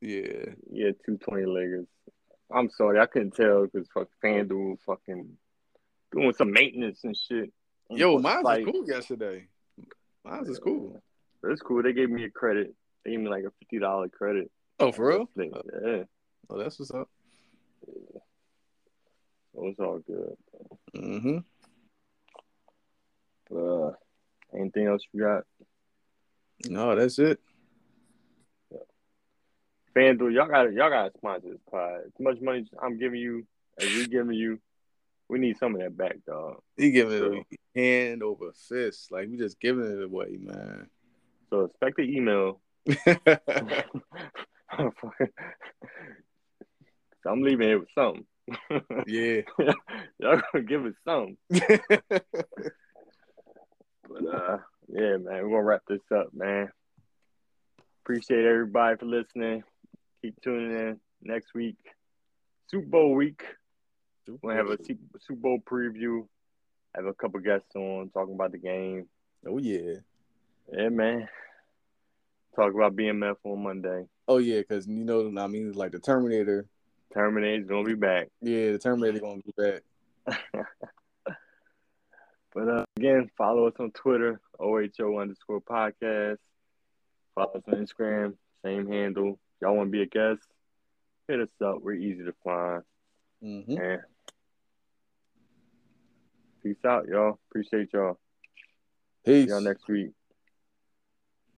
Yeah,
Yeah, two twenty leggers. I'm sorry, I couldn't tell because fuck FanDuel fucking doing some maintenance and shit.
yo, mine was
Mm, Like,
cool yesterday. Mine was cool.
That's cool. They gave me a credit. They gave me like a fifty dollar credit.
Oh, for real?
Like, yeah,
Oh, that's what's up.
it was all good.
Mm-hmm.
But uh, anything else you got?
No, that's it.
FanDuel, y'all got y'all got to sponsor this pod. As much money I'm giving you, as we giving you, We need some of that back, dog.
He giving it a
True.
hand over fist. Like we just giving it away,
(laughs)
man.
So expect an email. (laughs) So I'm leaving here with something.
yeah.
Y'all gonna give it some. But uh, yeah, man, we're gonna wrap this up, man. Appreciate everybody for listening. Keep tuning in next week, Super Bowl week. We're gonna have a Su- Super Bowl preview. Have a couple guests on talking about the game.
Oh yeah.
Yeah, man. Talk about BMF on Monday.
Oh yeah, because you know I mean like the Terminator.
Terminator's gonna be back.
Yeah, the Terminator gonna be back.
But uh, again, follow us on Twitter, OHO underscore podcast. Follow us on Instagram, same handle. Y'all want to be a guest? Hit us up. We're easy to find.
hmm
And peace out, y'all. Appreciate y'all. See
Peace.
y'all next week.